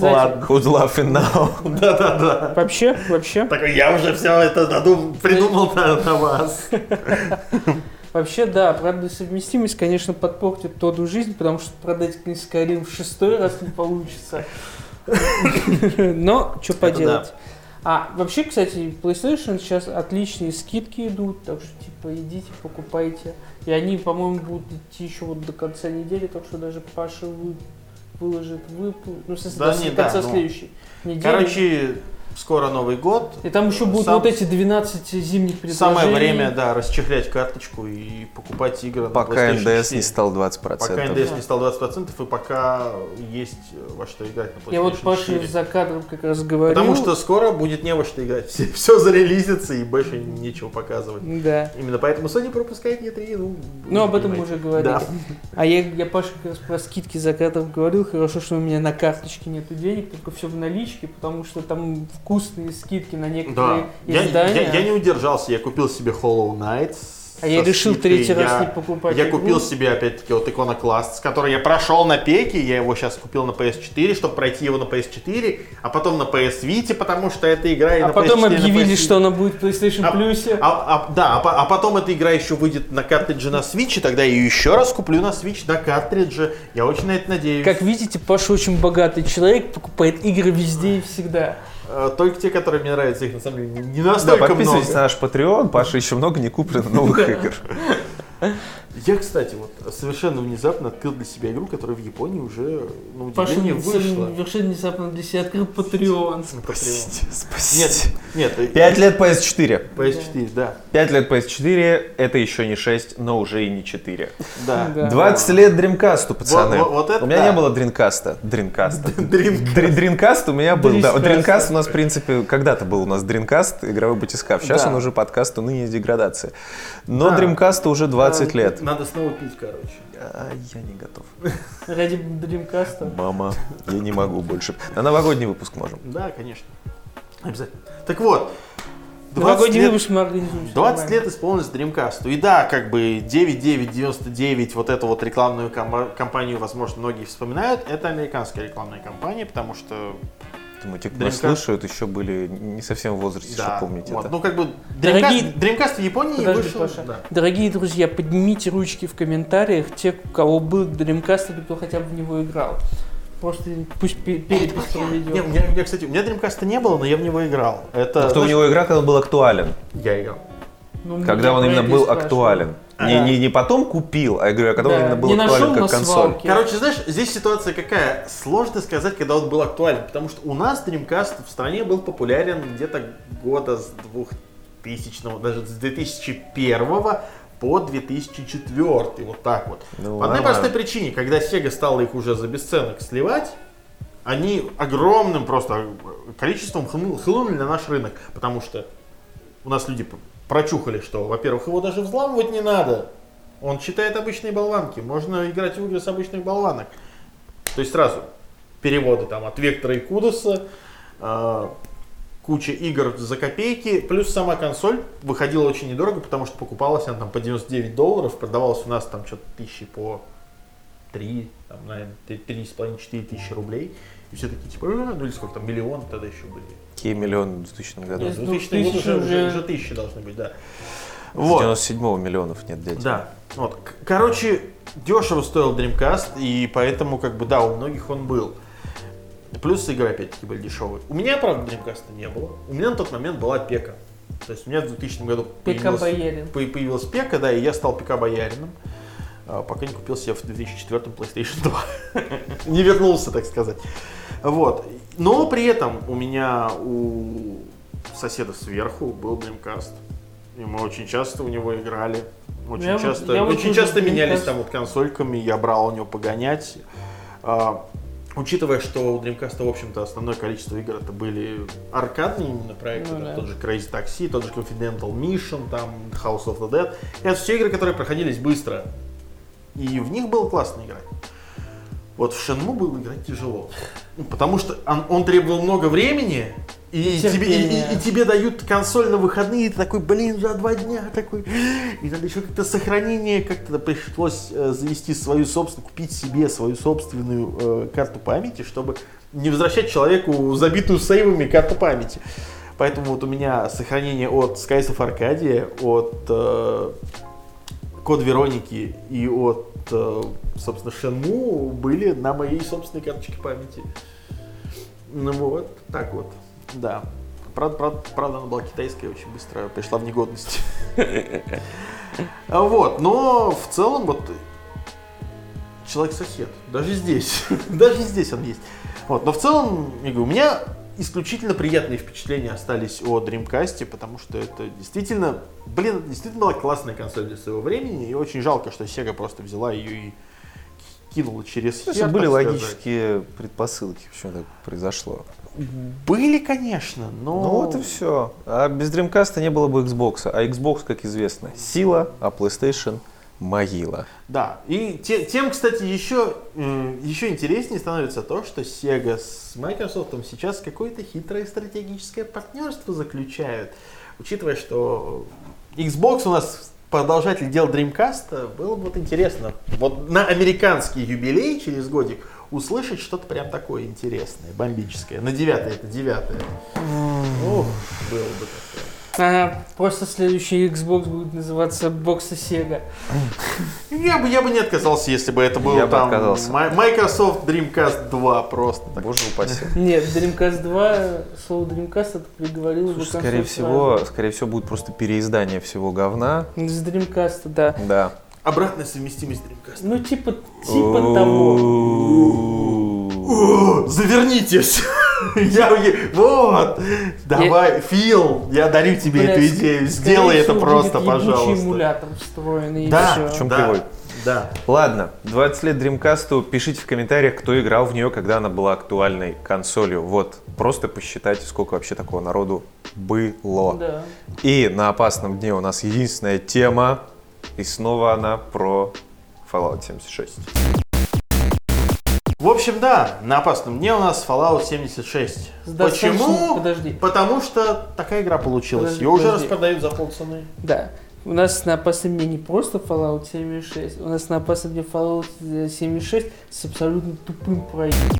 Speaker 3: Ладно.
Speaker 4: Who's laughing now?
Speaker 3: Да-да-да.
Speaker 2: Вообще, вообще,
Speaker 3: Такой, я уже все это надум- придумал на, на вас.
Speaker 2: вообще, да, правда, совместимость, конечно, подпортит Тоду жизнь, потому что продать книгу Skyrim в шестой раз не получится. Но что поделать. А, вообще, кстати, PlayStation сейчас отличные скидки идут, так что, типа, идите, покупайте. И они, по-моему, будут идти еще вот до конца недели, так что даже Паша вы- выложит выпуск, ну, в смысле,
Speaker 3: Да
Speaker 2: до
Speaker 3: не,
Speaker 2: конца
Speaker 3: да, ну.
Speaker 2: следующей недели.
Speaker 3: Короче, Скоро Новый год.
Speaker 2: И там еще будут
Speaker 3: Сам-
Speaker 2: вот эти 12 зимних предложений.
Speaker 3: Самое время, да, расчехлять карточку и покупать игры на
Speaker 4: Пока
Speaker 3: PlayStation
Speaker 4: НДС
Speaker 3: 4.
Speaker 4: не стал 20%.
Speaker 3: Пока НДС не стал 20% и пока есть э, во что играть на PlayStation
Speaker 2: Я вот Паше
Speaker 3: 4.
Speaker 2: за кадром как раз говорил.
Speaker 3: Потому что скоро будет не во что играть. Все, все зарелизится и больше нечего показывать.
Speaker 2: Да.
Speaker 3: Именно поэтому Sony пропускает E3. Ну,
Speaker 2: Ну, об этом мы
Speaker 3: понимаете.
Speaker 2: уже говорили.
Speaker 3: Да.
Speaker 2: А я, я Паше как раз про скидки за кадром говорил. Хорошо, что у меня на карточке нету денег, только все в наличке, потому что там вкусные скидки на некоторые
Speaker 3: Да. Я,
Speaker 2: издания.
Speaker 3: я- я не удержался, я купил себе Hollow Knight. с-
Speaker 2: А я
Speaker 3: со
Speaker 2: решил
Speaker 3: скидкой.
Speaker 2: третий раз
Speaker 3: Я-
Speaker 2: не покупать
Speaker 3: Я
Speaker 2: игру.
Speaker 3: купил себе, опять-таки, вот Iconoclast, который я прошел на пеке, я его сейчас купил на PS4, чтобы пройти его на PS4, а потом на PS Vita, потому что эта игра и
Speaker 2: А
Speaker 3: на
Speaker 2: потом
Speaker 3: PS4, и на
Speaker 2: объявили,
Speaker 3: PS4.
Speaker 2: что она будет в PlayStation
Speaker 3: А-
Speaker 2: Plus.
Speaker 3: А, а- да, а, по- а потом эта игра еще выйдет на картридже на Switch, и тогда я ее еще раз куплю на Switch на картридже. Я очень на это надеюсь.
Speaker 2: Как видите, Паша очень богатый человек, покупает игры везде и всегда.
Speaker 3: Э, Только те, которые мне нравятся, их на самом деле не- не
Speaker 4: Да,
Speaker 3: настолько
Speaker 4: подписывайтесь
Speaker 3: много.
Speaker 4: на наш Patreon, Паша еще много не куплено новых игр.
Speaker 3: Я, кстати, вот совершенно внезапно открыл для себя игру, которая в Японии уже, на
Speaker 2: Паша
Speaker 3: удивление, вышла.
Speaker 2: совершенно внезапно для себя открыл Patreon.
Speaker 3: На Patreon.
Speaker 4: Простите, спасите.
Speaker 3: Нет, нет,
Speaker 4: Пять лет PS4.
Speaker 3: PS4, да,
Speaker 4: Пять лет PS4 это еще не 6, но уже и не 4.
Speaker 3: да.
Speaker 2: Да.
Speaker 4: 20 лет Dreamcast, пацаны.
Speaker 3: Вот- вот- вот это
Speaker 4: у меня
Speaker 3: да.
Speaker 4: не было Dreamcast. Dreamcast.
Speaker 3: Dreamcast.
Speaker 4: Дри- Dreamcast у меня был. Да,
Speaker 2: Dreamcast.
Speaker 4: Dreamcast у нас, в принципе, когда-то был у нас Dreamcast, игровой батискаф. Сейчас
Speaker 3: Да.
Speaker 4: он уже подкаст «Уныние и деградация». Но
Speaker 3: Да.
Speaker 4: Dreamcast уже 20 лет.
Speaker 3: Надо снова пить, короче.
Speaker 4: А, я не готов.
Speaker 2: Ради Dreamcast.
Speaker 4: Мама, я не могу больше. На новогодний выпуск можем.
Speaker 3: Да, конечно. Обязательно. Так вот,
Speaker 2: Ну,
Speaker 3: 20
Speaker 2: Новогодний
Speaker 3: лет,
Speaker 2: выпуск мы организуем. всё
Speaker 3: 20
Speaker 2: нормально.
Speaker 3: лет исполнилось Dreamcast. И да, как бы 9999, вот эту вот рекламную кам- кампанию, возможно, многие вспоминают, это американская рекламная кампания, потому что...
Speaker 4: Думаю, те, кто нас
Speaker 3: Dreamcast.
Speaker 4: слушают, еще были не совсем в возрасте,
Speaker 3: да,
Speaker 4: чтобы помнить
Speaker 3: вот.
Speaker 4: это.
Speaker 3: Ну, как бы Dreamcast,
Speaker 2: Дорогие-
Speaker 3: Dreamcast в Японии
Speaker 2: Подожди,
Speaker 3: вышел...
Speaker 2: Паша.
Speaker 3: да.
Speaker 2: Дорогие друзья, поднимите ручки в комментариях те, у кого был Dreamcast или кто хотя бы в него играл. Просто пусть пе- перепись
Speaker 3: Не, у
Speaker 2: проведем.
Speaker 3: меня, у меня, кстати, у меня Dreamcast не было, но я в него играл. Это,
Speaker 4: Но А кто в него играл, когда он был актуален?
Speaker 3: Я играл.
Speaker 2: Ну, мне
Speaker 4: Когда он
Speaker 2: про
Speaker 4: именно
Speaker 2: это и
Speaker 4: был
Speaker 2: спрашивают.
Speaker 4: актуален. Не,
Speaker 2: Да.
Speaker 4: не, не потом купил, а я говорю, а когда он
Speaker 2: Да,
Speaker 4: именно был
Speaker 2: не нашел
Speaker 4: актуален
Speaker 2: на
Speaker 4: как консоль.
Speaker 2: свалке.
Speaker 3: Короче, знаешь, здесь ситуация какая? Сложно сказать, когда он был актуален, потому что у нас Dreamcast в стране был популярен где-то года с 2000, даже с 2001 по 2004, вот так вот.
Speaker 4: Ну,
Speaker 3: По одной
Speaker 4: нормально.
Speaker 3: простой причине, когда Sega стала их уже за бесценок сливать, они огромным просто количеством хну- хлынули на наш рынок, потому что у нас люди п- прочухали, что, во-первых, его даже взламывать не надо. Он читает обычные болванки. Можно играть в игры с обычных болванок. То есть сразу переводы там от Вектора и Кудоса, э, куча игр за копейки, плюс сама консоль выходила очень недорого, потому что покупалась она там по 99 долларов, продавалась у нас там что-то тысячи по 3, там, наверное, 3,5-4 тысячи рублей. И все такие, типа, «Э, ну или сколько там, миллион тогда еще были.
Speaker 4: Какие миллионы в 2000 году?
Speaker 2: Из
Speaker 3: Ну, 2000
Speaker 2: двух
Speaker 3: вот
Speaker 2: тысяч
Speaker 3: уже,
Speaker 2: уже-
Speaker 3: уже, уже тысячи должны быть, да.
Speaker 4: С
Speaker 3: Вот.
Speaker 4: 97 миллионов нет денег.
Speaker 3: Да. Вот. К- Короче, дешево стоил Dreamcast, и поэтому, как бы, да, у многих он был. Плюс игры опять-таки были дешевые. У меня, правда, Dreamcast не было. У меня на тот момент была пека. То есть у меня в 2000 году
Speaker 2: Пека
Speaker 3: появилась-
Speaker 2: Боярин.
Speaker 3: по- появилась пека, да, и я стал ПК-боярином, а, пока не купил себе в 2004 PlayStation 2. не вернулся, так сказать. Вот. Но при этом у меня у соседа сверху был Dreamcast. И мы очень часто у него играли. Очень
Speaker 2: Я вот-
Speaker 3: часто,
Speaker 2: я вот
Speaker 3: очень
Speaker 2: тоже
Speaker 3: часто менялись
Speaker 2: Dreamcast.
Speaker 3: там вот консольками, я брал у него погонять. А, Учитывая, что у Dreamcast, в общем-то, основное количество игр это были аркадные именно проекты,
Speaker 2: Ну
Speaker 3: там
Speaker 2: да.
Speaker 3: тот же Crazy Taxi, тот же Confidential Mission, там House of the Dead. Это все игры, которые проходились быстро. И в них было классно играть. Вот в Шенму было играть тяжело. Ну, Потому что он, он требовал много времени, и,
Speaker 2: И
Speaker 3: тебе, и-
Speaker 2: терпения.
Speaker 3: и- и тебе дают консоль на выходные, и ты такой, блин, за два дня такой. И надо еще как-то сохранение, как-то пришлось э, завести свою собственную, купить себе свою собственную э, карту памяти, чтобы не возвращать человеку забитую сейвами карту памяти. Поэтому вот у меня сохранение от Skies of Arcadia, от э, Код Вероники и от, э, собственно, Шенму были на моей собственной карточке памяти. Ну вот, так вот, да. Правда, правда, правда, она была китайская, очень быстро пришла в негодность. А Вот, но в целом вот человек-сосед, даже здесь, даже здесь он есть. Вот, но в целом, я говорю, у меня исключительно приятные впечатления остались о Dreamcast, потому что это действительно, блин, это действительно была классная консоль для своего времени, и очень жалко, что Sega просто взяла ее и кинула через
Speaker 4: То есть
Speaker 3: хер,
Speaker 4: были
Speaker 3: так сказать.
Speaker 4: логические предпосылки, почему так произошло.
Speaker 3: Были, конечно, но...
Speaker 4: Ну вот и все. А без Dreamcast не было бы Xbox. А Xbox, как известно, сила, а PlayStation могила.
Speaker 3: Да, и те- тем, кстати, еще, м, еще интереснее становится то, что Sega с Microsoft сейчас какое-то хитрое стратегическое партнерство заключают. Учитывая, что Xbox у нас продолжатель дел Dreamcast, было бы вот интересно вот на американский юбилей через годик услышать что-то прям такое интересное, бомбическое. На девятое это девятое. Ох, было бы такое.
Speaker 2: Ага, просто следующий Xbox будет называться Бокса Sega.
Speaker 3: Я бы, я бы не отказался, если бы это был
Speaker 4: Я бы
Speaker 3: там
Speaker 4: отказался.
Speaker 3: Ми- Microsoft Dreamcast 2 просто. так.
Speaker 4: Боже упаси.
Speaker 2: Нет, Dreamcast 2, слово Dreamcast это приговорил бы
Speaker 4: Слушай,
Speaker 2: консоль
Speaker 4: скорее всего,
Speaker 2: сразу.
Speaker 4: скорее всего, будет просто переиздание всего говна.
Speaker 2: С Dreamcast, да.
Speaker 4: Да.
Speaker 3: Обратная совместимость Dreamcast.
Speaker 2: Ну, типа, типа того.
Speaker 3: О, завернитесь! Я уе- Вот! Давай, Фил, я дарю тебе
Speaker 2: Бля,
Speaker 3: эту идею.
Speaker 2: скорее
Speaker 3: Сделай это
Speaker 2: всего,
Speaker 3: просто,
Speaker 2: будет ебучий
Speaker 3: пожалуйста.
Speaker 2: эмулятор встроенный и
Speaker 3: Да,
Speaker 2: всё.
Speaker 4: В чем
Speaker 3: Да.
Speaker 4: кривой?
Speaker 3: Да.
Speaker 4: Ладно, 20 лет Dreamcast, пишите в комментариях, кто играл в нее, когда она была актуальной консолью. Вот, просто посчитайте, сколько вообще такого народу было.
Speaker 2: Да.
Speaker 4: И на опасном дне у нас единственная тема, и снова она про Fallout 76.
Speaker 3: В общем, да, на опасном дне у нас Fallout 76.
Speaker 2: С достаточным-
Speaker 3: Почему?
Speaker 2: Подожди.
Speaker 3: Потому что такая игра получилась.
Speaker 2: Подожди,
Speaker 3: Ее уже
Speaker 2: подожди.
Speaker 3: распродают за полцены.
Speaker 2: Да. У нас на опасном дне не просто Fallout 76, у нас на опасном дне Fallout 76 с абсолютно тупым проектом.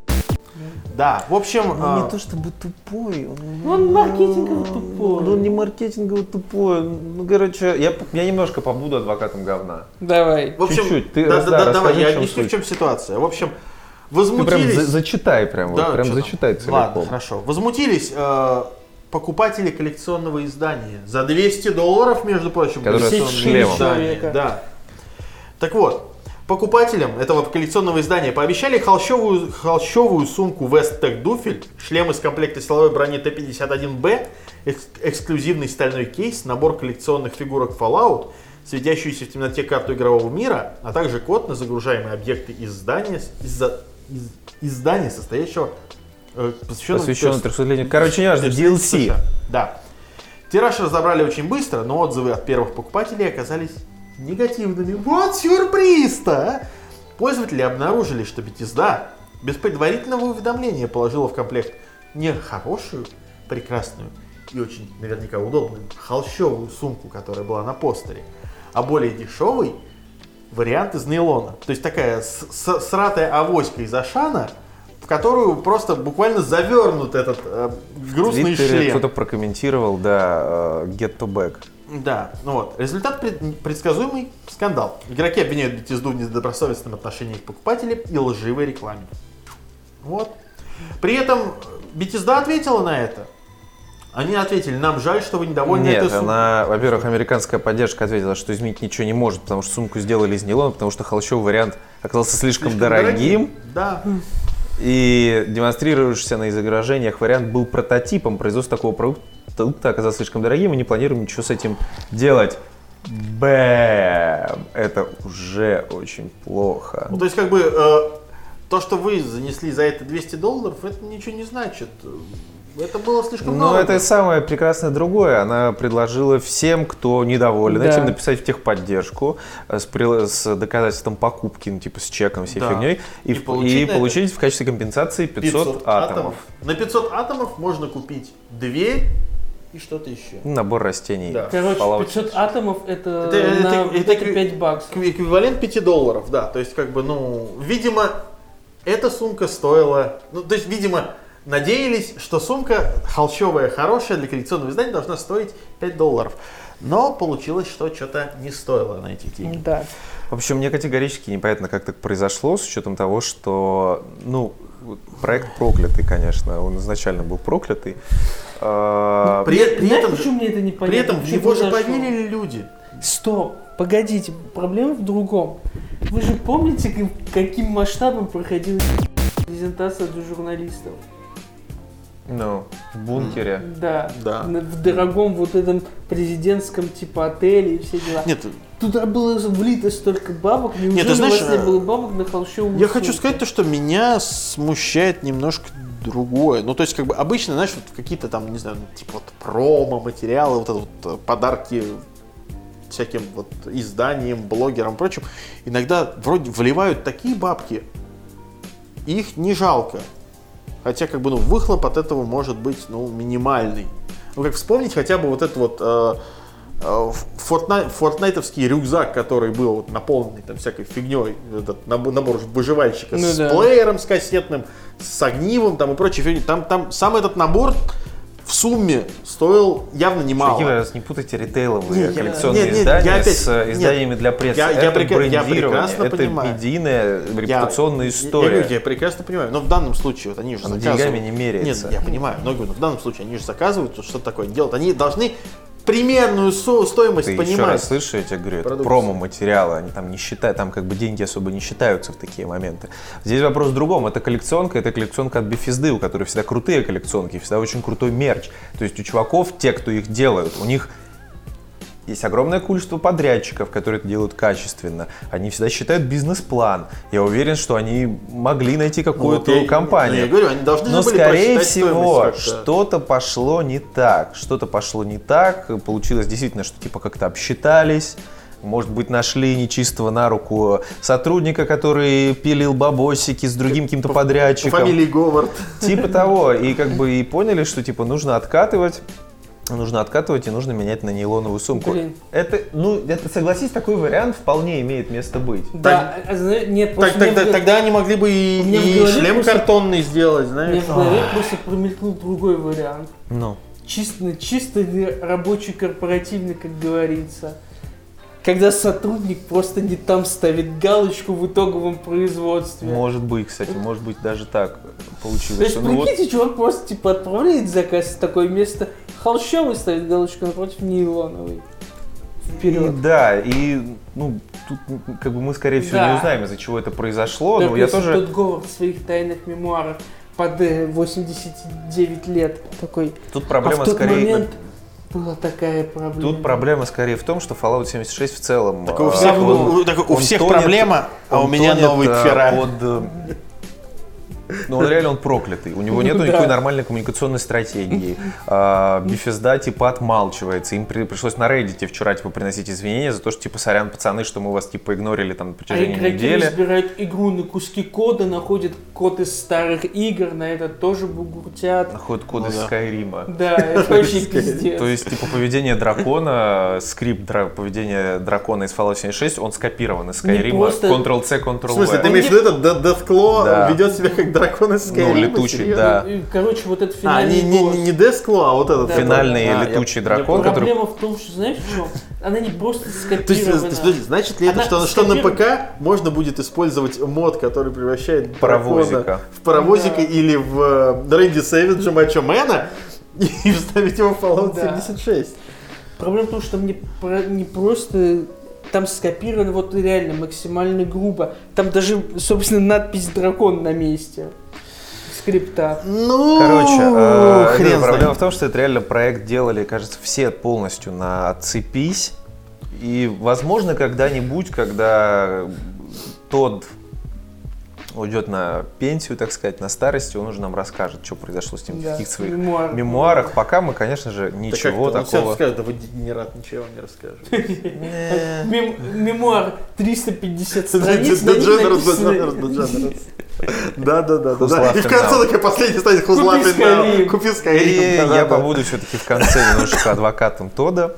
Speaker 3: Да, в общем,
Speaker 1: Ну,
Speaker 3: а,
Speaker 1: чтобы тупой. Он,
Speaker 2: Ну, он маркетингово тупой.
Speaker 1: Ну, не маркетингово тупой.
Speaker 4: Ну, короче, я, я немножко побуду адвокатом говна.
Speaker 2: Давай.
Speaker 3: в общем,
Speaker 4: чуть-чуть, ты
Speaker 3: да,
Speaker 4: раз-
Speaker 3: да,
Speaker 4: да,
Speaker 3: да, давай,
Speaker 4: расскажи, в
Speaker 3: я
Speaker 4: чем
Speaker 3: объясню, в
Speaker 4: суть.
Speaker 3: чем ситуация. В общем,
Speaker 4: Ты прям
Speaker 3: возмутились.
Speaker 4: за- зачитай прям, вот, прям
Speaker 3: чё там?
Speaker 4: зачитай
Speaker 3: Ладно,
Speaker 4: целиком.
Speaker 3: хорошо. Возмутились э, покупатели коллекционного издания. За 200 долларов, между прочим,
Speaker 4: Которое с
Speaker 3: коллекционное
Speaker 4: шлемом.
Speaker 3: издание.
Speaker 2: Человека.
Speaker 3: Да. Так вот, покупателям этого коллекционного издания пообещали холщовую, холщовую сумку Вестек Дуфель, шлем из комплекта силовой брони Т-51Б, экс- эксклюзивный стальной кейс, набор коллекционных фигурок Fallout, светящуюся в темноте карту игрового мира, а также код на загружаемые объекты из здания, с- из-за- из, из здания, состоящего э, посвященного
Speaker 4: Посвященный 300-летию. Короче, не важно,
Speaker 3: Подожди,
Speaker 4: DLC.
Speaker 3: США. Да. Тираж разобрали очень быстро, но отзывы от первых покупателей оказались негативными. Вот сюрприз-то! а! Пользователи обнаружили, что Bethesda без предварительного уведомления положила в комплект не хорошую, прекрасную и очень наверняка удобную холщовую сумку, которая была на постере, а более дешевый вариант из нейлона. То есть такая с- с- сратая авоська из Ашана, в которую просто буквально завернут этот э,
Speaker 4: В
Speaker 3: грустный
Speaker 4: Твиттере
Speaker 3: шлем.
Speaker 4: кто-то прокомментировал, да, э, Get to Back.
Speaker 3: Да, ну вот. Результат пред- предсказуемый – скандал. Игроки обвиняют Bethesda в недобросовестном отношении к покупателям и лживой рекламе. Вот. При этом Bethesda ответила на это. Они ответили, нам жаль, что вы недовольны этой
Speaker 4: Нет,
Speaker 3: сумкой».
Speaker 4: она, во-первых, американская поддержка ответила, что изменить ничего не может, потому что сумку сделали из нейлона, потому что холщовый вариант оказался слишком,
Speaker 3: Слишком
Speaker 4: дорогим,
Speaker 3: Да.
Speaker 4: и демонстрируешься на изображениях вариант был прототипом. Производство такого продукта оказалось слишком дорогим, и не планируем ничего с этим делать. Бэм! Это уже очень плохо.
Speaker 3: Ну, то есть, как бы, э, то, что вы занесли за это 200 долларов, это ничего не значит. Это было слишком
Speaker 4: Но
Speaker 3: много.
Speaker 4: Ну, это самое прекрасное другое. Она предложила всем, кто недоволен
Speaker 2: Да.
Speaker 4: этим, написать в техподдержку э, с, прил- с доказательством покупки, ну, типа с чеком, всей
Speaker 3: Да.
Speaker 4: фигней, и,
Speaker 3: И
Speaker 4: в- и
Speaker 3: получить
Speaker 4: получить,
Speaker 3: на это
Speaker 4: в качестве компенсации 500, атомов.
Speaker 3: На 500 атомов можно купить дверь и что-то еще.
Speaker 4: Ну, Набор растений.
Speaker 3: Да.
Speaker 2: Короче,
Speaker 4: Fallout.
Speaker 2: 500 атомов это,
Speaker 3: Это- это-
Speaker 2: Э, на- это
Speaker 3: это- это-
Speaker 2: 5 баксов.
Speaker 3: Экви- Эквивалент 5 долларов, да. То есть, как бы, ну, видимо, эта сумка стоила... Ну, то есть, видимо, надеялись, что сумка холщовая, хорошая для коллекционного издания должна стоить 5 долларов. Но получилось, что что-то не стоило на эти деньги.
Speaker 2: Да.
Speaker 4: В общем, мне категорически непонятно, как так произошло, с учетом того, что, ну, проект проклятый, конечно, он изначально был проклятый. А,
Speaker 3: При, при
Speaker 2: Знаешь,
Speaker 3: этом, же-
Speaker 2: почему мне это не понятно?
Speaker 3: при этом в
Speaker 2: Почему
Speaker 3: него же
Speaker 2: произошло?
Speaker 3: поверили люди.
Speaker 2: Стоп, погодите, проблема в другом. Вы же помните, как- каким масштабом проходила презентация для журналистов?
Speaker 4: Ну, в бункере.
Speaker 2: Да.
Speaker 3: Да.
Speaker 2: На- В дорогом вот этом президентском типа отеле и все дела.
Speaker 3: Нет,
Speaker 2: Туда было влито столько бабок, неужели
Speaker 3: ты знаешь,
Speaker 2: у вас не
Speaker 3: э,
Speaker 2: было бабок на холщовую
Speaker 3: я хочу
Speaker 2: сумку?
Speaker 3: сказать то, что меня смущает немножко другое. Ну, то есть, как бы обычно, знаешь, вот какие-то там, не знаю, ну, типа вот промо-материалы, вот это вот э, подарки всяким вот изданиям, блогерам и прочим, иногда вроде вливают такие бабки, их не жалко. Хотя, как бы, ну, выхлоп от этого может быть, ну, минимальный. Ну, как вспомнить хотя бы вот этот вот э, э, фортна- фортнайтовский рюкзак, который был вот наполненный там всякой фигней, этот набор, набор выживальщика
Speaker 2: Ну
Speaker 3: с
Speaker 2: да.
Speaker 3: плеером, с кассетным, с огнивом там и прочей фигней. Там, там сам этот набор в сумме стоил явно немало.
Speaker 4: Сергей, вы раз не путайте ритейловые
Speaker 3: Не, я-
Speaker 4: коллекционные
Speaker 3: нет, нет, я
Speaker 4: издания
Speaker 3: опять-
Speaker 4: с э,
Speaker 3: нет.
Speaker 4: изданиями для прессы.
Speaker 3: Я- я
Speaker 4: это
Speaker 3: прека- я
Speaker 4: брендирование,
Speaker 3: прекрасно
Speaker 4: это
Speaker 3: понимаю.
Speaker 4: медийная
Speaker 3: Я-
Speaker 4: репутационная
Speaker 3: я-
Speaker 4: история.
Speaker 3: Я, говорю, я прекрасно понимаю, но в данном случае вот они же
Speaker 4: Она
Speaker 3: заказывают.
Speaker 4: деньгами не меряется.
Speaker 3: Нет, я понимаю, но говорю, но в данном случае они же заказывают, вот что-то такое делают. Они должны примерную со- стоимость
Speaker 4: Ты еще раз
Speaker 3: понимать.
Speaker 4: слышу, я тебе говорю, это
Speaker 3: Продукцию.
Speaker 4: промо-материалы, они там не считают, там как бы деньги особо не считаются в такие моменты. Здесь вопрос в другом, это коллекционка, это коллекционка от Bethesda, у которой всегда крутые коллекционки, всегда очень крутой мерч. То есть у чуваков, те, кто их делают, у них есть огромное количество подрядчиков, которые это делают качественно. Они всегда считают бизнес-план. Я уверен, что они могли найти какую-то
Speaker 3: Ну, вот я-
Speaker 4: компанию.
Speaker 3: я говорю, они должны
Speaker 4: Но,
Speaker 3: были
Speaker 4: скорее
Speaker 3: просчитать стоимость
Speaker 4: всего,
Speaker 3: как-то.
Speaker 4: что-то пошло не так. Что-то пошло не так. Получилось действительно, что типа как-то обсчитались. Может быть, нашли нечистого на руку сотрудника, который пилил бабосики с другим каким-то
Speaker 3: По
Speaker 4: подрядчиком.
Speaker 3: фамилии Говард.
Speaker 4: Типа того. И как бы и поняли, что типа нужно откатывать. Нужно откатывать и нужно менять на нейлоновую сумку.
Speaker 2: Блин.
Speaker 4: Это, ну, это, согласись, такой вариант вполне имеет место быть.
Speaker 2: Да, а, зна- нет,
Speaker 3: Так,
Speaker 2: просто
Speaker 3: так-
Speaker 2: мне в
Speaker 3: так-
Speaker 2: г-
Speaker 3: тогда они могли бы и,
Speaker 2: У меня в
Speaker 3: и
Speaker 2: голове
Speaker 3: шлем
Speaker 2: просто-
Speaker 3: картонный сделать,
Speaker 2: мне
Speaker 3: знаешь.
Speaker 2: в голове просто промелькнул другой вариант.
Speaker 4: Ну.
Speaker 2: Чисто, чисто не рабочий корпоративный, как говорится. Когда сотрудник просто не там ставит галочку в итоговом производстве.
Speaker 4: Может быть, кстати, может быть, даже так
Speaker 2: То
Speaker 4: получилось.
Speaker 2: есть,
Speaker 4: Ну, вот-
Speaker 2: прикиньте, чувак просто типа отправляет заказ в такое место, холщовый ставит галочку напротив нейлоновой. Вперед.
Speaker 4: И да, и ну тут м, как бы мы скорее всего
Speaker 2: Да.
Speaker 4: не узнаем, из-за чего это произошло,
Speaker 2: Как
Speaker 4: но ну, я
Speaker 2: если
Speaker 4: тоже.
Speaker 2: Тот Говард в своих тайных мемуарах под э, 89 лет такой.
Speaker 4: Тут
Speaker 2: а
Speaker 4: проблема
Speaker 2: в тот
Speaker 4: скорее.
Speaker 2: момент была такая проблема.
Speaker 4: Тут проблема скорее в том, что Fallout 76 в целом.
Speaker 3: Так у
Speaker 4: а,
Speaker 3: всех,
Speaker 2: равно.
Speaker 3: у- у- так у
Speaker 4: Он
Speaker 3: всех
Speaker 4: тонет,
Speaker 3: проблема, а у
Speaker 4: он
Speaker 3: меня
Speaker 4: тонет,
Speaker 3: новый
Speaker 4: а,
Speaker 3: Феррари.
Speaker 4: под, э, Ну, он реально он проклятый. У него нет
Speaker 2: Ну, да.
Speaker 4: никакой нормальной коммуникационной стратегии. А, Bethesda типа отмалчивается. Им при- пришлось на Reddit вчера типа приносить извинения за то, что типа сорян, пацаны, что мы вас типа игнорили там
Speaker 2: А
Speaker 4: на протяжении
Speaker 2: игроки
Speaker 4: недели.
Speaker 2: разбирают игру на куски кода, находят код из старых игр, на это тоже бугуртят.
Speaker 4: Находят коды
Speaker 3: Ну да.
Speaker 4: Скайрима.
Speaker 2: Да, это вообще пиздец.
Speaker 4: То есть, типа, поведение дракона, скрипт дра- поведения дракона из Fallout 76, он скопирован из
Speaker 2: Не
Speaker 4: Skyrim. а
Speaker 2: просто-
Speaker 4: Ctrl-C,
Speaker 3: В смысле, ты
Speaker 4: Ctrl-V.
Speaker 3: имеешь в виду этот Дэ- Дескло
Speaker 4: Да.
Speaker 3: ведет себя как дракон из Skyrim?
Speaker 4: Ну, летучий,
Speaker 3: Серьезно?
Speaker 4: да.
Speaker 2: И, Короче, вот этот
Speaker 3: А,
Speaker 2: финальный
Speaker 3: не, не,
Speaker 2: босс.
Speaker 3: не- не Дескло, а вот этот.
Speaker 2: Да.
Speaker 3: вот.
Speaker 4: Финальный
Speaker 3: А, я-
Speaker 4: летучий
Speaker 3: я
Speaker 4: дракон,
Speaker 3: понял.
Speaker 4: который... э,
Speaker 2: Проблема в том, что, знаешь, в чем? Она не просто
Speaker 3: То есть, то есть,
Speaker 2: скопирована.
Speaker 3: подожди, значит ли это,
Speaker 2: Она
Speaker 3: что, что на
Speaker 2: скопирована.
Speaker 3: ПК можно будет использовать мод, который превращает
Speaker 4: Паровозика.
Speaker 3: дракона в паровозика
Speaker 2: Да.
Speaker 3: или в э, Рэнди Сэвиджа Мачо Мэна и вставить его в Fallout
Speaker 2: Да.
Speaker 3: 76?
Speaker 2: Проблема в том, что мне про- не просто там скопировано вот реально максимально грубо. Там даже, собственно, надпись «Дракон» на месте. Скрипта.
Speaker 3: Ну,
Speaker 4: Короче, э,
Speaker 3: хрен
Speaker 4: ребят,
Speaker 3: знает.
Speaker 4: проблема в том, что это реально проект делали, кажется, все полностью на «отцепись». И, возможно, когда-нибудь, когда тот уйдет на пенсию, так сказать, на старости, он уже нам расскажет, что произошло с ним в
Speaker 2: Да,
Speaker 4: каких своих
Speaker 2: мемуар.
Speaker 4: мемуарах. Пока мы, конечно же,
Speaker 3: Да как
Speaker 4: ничего
Speaker 3: ты? Он всё
Speaker 4: такого...
Speaker 3: расскажет, да вы дегенерат, ничего вам не расскажет.
Speaker 2: Мем- мемуар 350 страниц. на них
Speaker 3: Дженерс,
Speaker 2: написано-
Speaker 3: Да, да, да, да, да.
Speaker 4: Хуслав
Speaker 3: И в конце
Speaker 4: финал.
Speaker 3: такая последняя станет Хуслав
Speaker 2: Купи
Speaker 3: финал.
Speaker 2: Skyrim.
Speaker 3: Купи
Speaker 4: И
Speaker 3: Skyrim. да,
Speaker 4: я
Speaker 3: да, да.
Speaker 4: побуду все-таки в конце немножечко адвокатом Тода.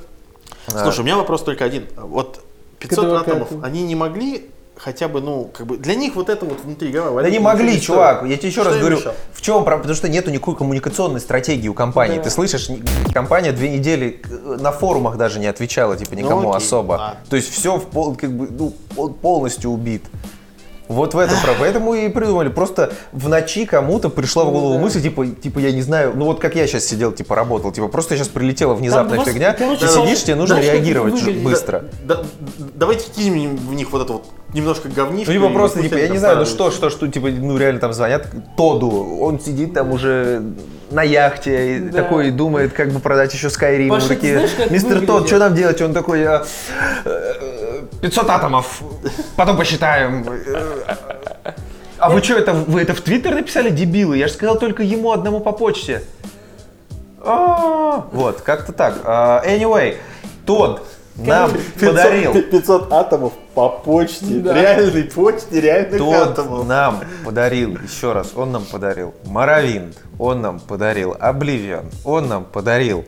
Speaker 3: А. Слушай, у меня вопрос только один. Вот 500
Speaker 2: Который
Speaker 3: атомов,
Speaker 2: как?
Speaker 3: они не могли хотя бы, ну, как бы, для них вот это вот внутри головы.
Speaker 4: Да не могли, чувак. Я тебе еще
Speaker 3: Что
Speaker 4: раз
Speaker 3: им
Speaker 4: говорю,
Speaker 3: мешало?
Speaker 4: в чем проблема? Потому что нету никакой коммуникационной стратегии у компании.
Speaker 2: Да.
Speaker 4: Ты слышишь, ни- компания две недели э, на форумах даже не отвечала, типа, никому
Speaker 3: Ну окей,
Speaker 4: особо.
Speaker 3: ладно.
Speaker 4: То есть все в пол- как бы, ну, он полностью убит. Вот в этом про. Поэтому и придумали. Просто в ночи кому-то пришла в
Speaker 3: Ну
Speaker 4: голову
Speaker 2: да.
Speaker 4: мысль, типа, типа, я не знаю, ну вот как я сейчас сидел, типа, работал, типа, просто сейчас прилетела внезапная
Speaker 2: просто,
Speaker 4: фигня,
Speaker 2: короче,
Speaker 4: ты
Speaker 2: там-
Speaker 4: сидишь, тебе нужно
Speaker 2: знаешь, как это
Speaker 4: реагировать ж-
Speaker 2: выглядит?
Speaker 4: быстро.
Speaker 3: Да- да- давайте кинем в них вот это вот немножко говнишко.
Speaker 4: Ну, либо
Speaker 3: и
Speaker 4: просто,
Speaker 3: пусть
Speaker 4: типа,
Speaker 3: они
Speaker 4: я не
Speaker 3: там
Speaker 4: знаю, ну
Speaker 3: порадуются.
Speaker 4: что, что, что, типа, ну, реально там звонят Тоду, он сидит там уже на яхте, и
Speaker 2: Да.
Speaker 4: такой думает, как бы продать еще Skyrim.
Speaker 2: Паша, ты
Speaker 4: такие,
Speaker 2: знаешь, как
Speaker 4: Мистер Тот,
Speaker 2: выглядит?»
Speaker 4: что нам делать? Он такой, «Э, э, 500 атомов, потом посчитаем. А вы что, это, вы это в Твиттер написали, дебилы? Я же сказал только ему одному по почте. А, Вот, как-то так. А, Anyway, Тот нам
Speaker 3: 500
Speaker 4: подарил
Speaker 3: 500 атомов по почте. Реальной почте, реальных
Speaker 4: Тот
Speaker 3: атомов.
Speaker 4: нам подарил, еще раз, он нам подарил Моровинд, он нам подарил Обливион, он нам подарил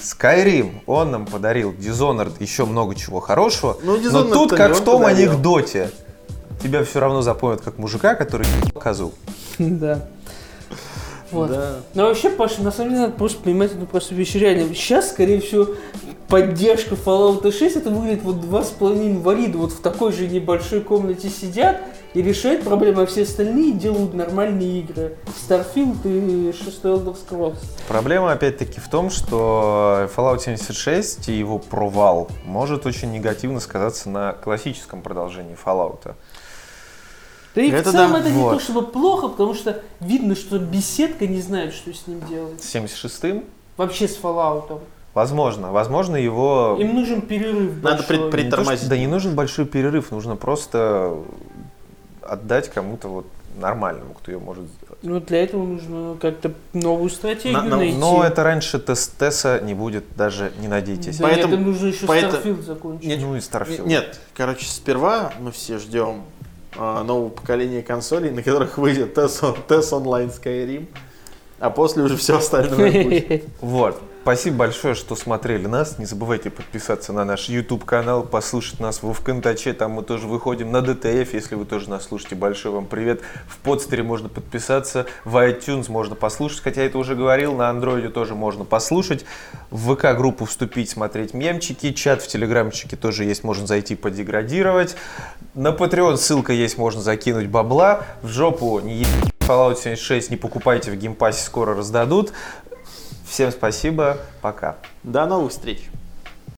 Speaker 4: Skyrim, он нам подарил Dishonored, еще много чего хорошего.
Speaker 3: Ну,
Speaker 4: Но
Speaker 3: Dishonored-то
Speaker 4: тут,
Speaker 3: не
Speaker 4: как
Speaker 3: он
Speaker 4: в том
Speaker 3: подарил.
Speaker 4: анекдоте, тебя все равно запомнят как мужика, который ебал козу.
Speaker 2: Да. Вот. Но вообще, Паша, на самом деле, надо просто понимать эту просто вещь реально. Сейчас, скорее всего, поддержка Fallout 6, это выглядит вот два с половиной инвалида вот в такой же небольшой комнате сидят и решают проблемы, а все остальные делают нормальные игры. Starfield и 6 Elder Scrolls.
Speaker 4: Проблема, опять-таки, в том, что Fallout 76 и его провал может очень негативно сказаться на классическом продолжении Fallout.
Speaker 2: Да и
Speaker 3: Это
Speaker 2: в целом
Speaker 3: да,
Speaker 2: это не
Speaker 4: вот.
Speaker 2: то чтобы плохо, потому что видно, что беседка не знает, что с ним делать.
Speaker 4: С 76-м?
Speaker 2: Вообще с Fallout.
Speaker 4: Возможно. Возможно, его
Speaker 2: Им нужен перерыв
Speaker 3: Надо
Speaker 2: большой.
Speaker 3: предпри-
Speaker 4: Не то, что-
Speaker 3: притормозить.
Speaker 4: да не нужен большой перерыв, нужно просто отдать кому-то вот нормальному, кто ее может сделать.
Speaker 2: Ну, для этого нужно как-то новую стратегию
Speaker 3: На- на-
Speaker 2: найти.
Speaker 4: Но это раньше Тестеса не будет, даже не надейтесь.
Speaker 2: Да
Speaker 3: Поэтому-
Speaker 2: нет, им нужно еще
Speaker 3: поэтому-
Speaker 2: Starfield закончить.
Speaker 3: Нет,
Speaker 4: Ну и Starfield.
Speaker 3: Нет, короче, сперва мы все ждем а, нового поколения консолей, на которых выйдет TES, он- TES онлайн Skyrim, а после уже все остальное будет.
Speaker 4: Вот. Спасибо большое, что смотрели нас. Не забывайте подписаться на наш YouTube канал, послушать нас во ВКонтаче. Там мы тоже выходим на ДТФ, если вы тоже нас слушаете. Большой вам привет. В подстере можно подписаться, в iTunes можно послушать, хотя я это уже говорил, на Андроиде тоже можно послушать. В ВК-группу вступить, смотреть мемчики, чат в Телеграмчике тоже есть, можно зайти подеградировать. На Patreon ссылка есть, можно закинуть бабла. В жопу не ебите Fallout 76 не покупайте в геймпассе, скоро раздадут. Всем спасибо, пока.
Speaker 3: До новых встреч!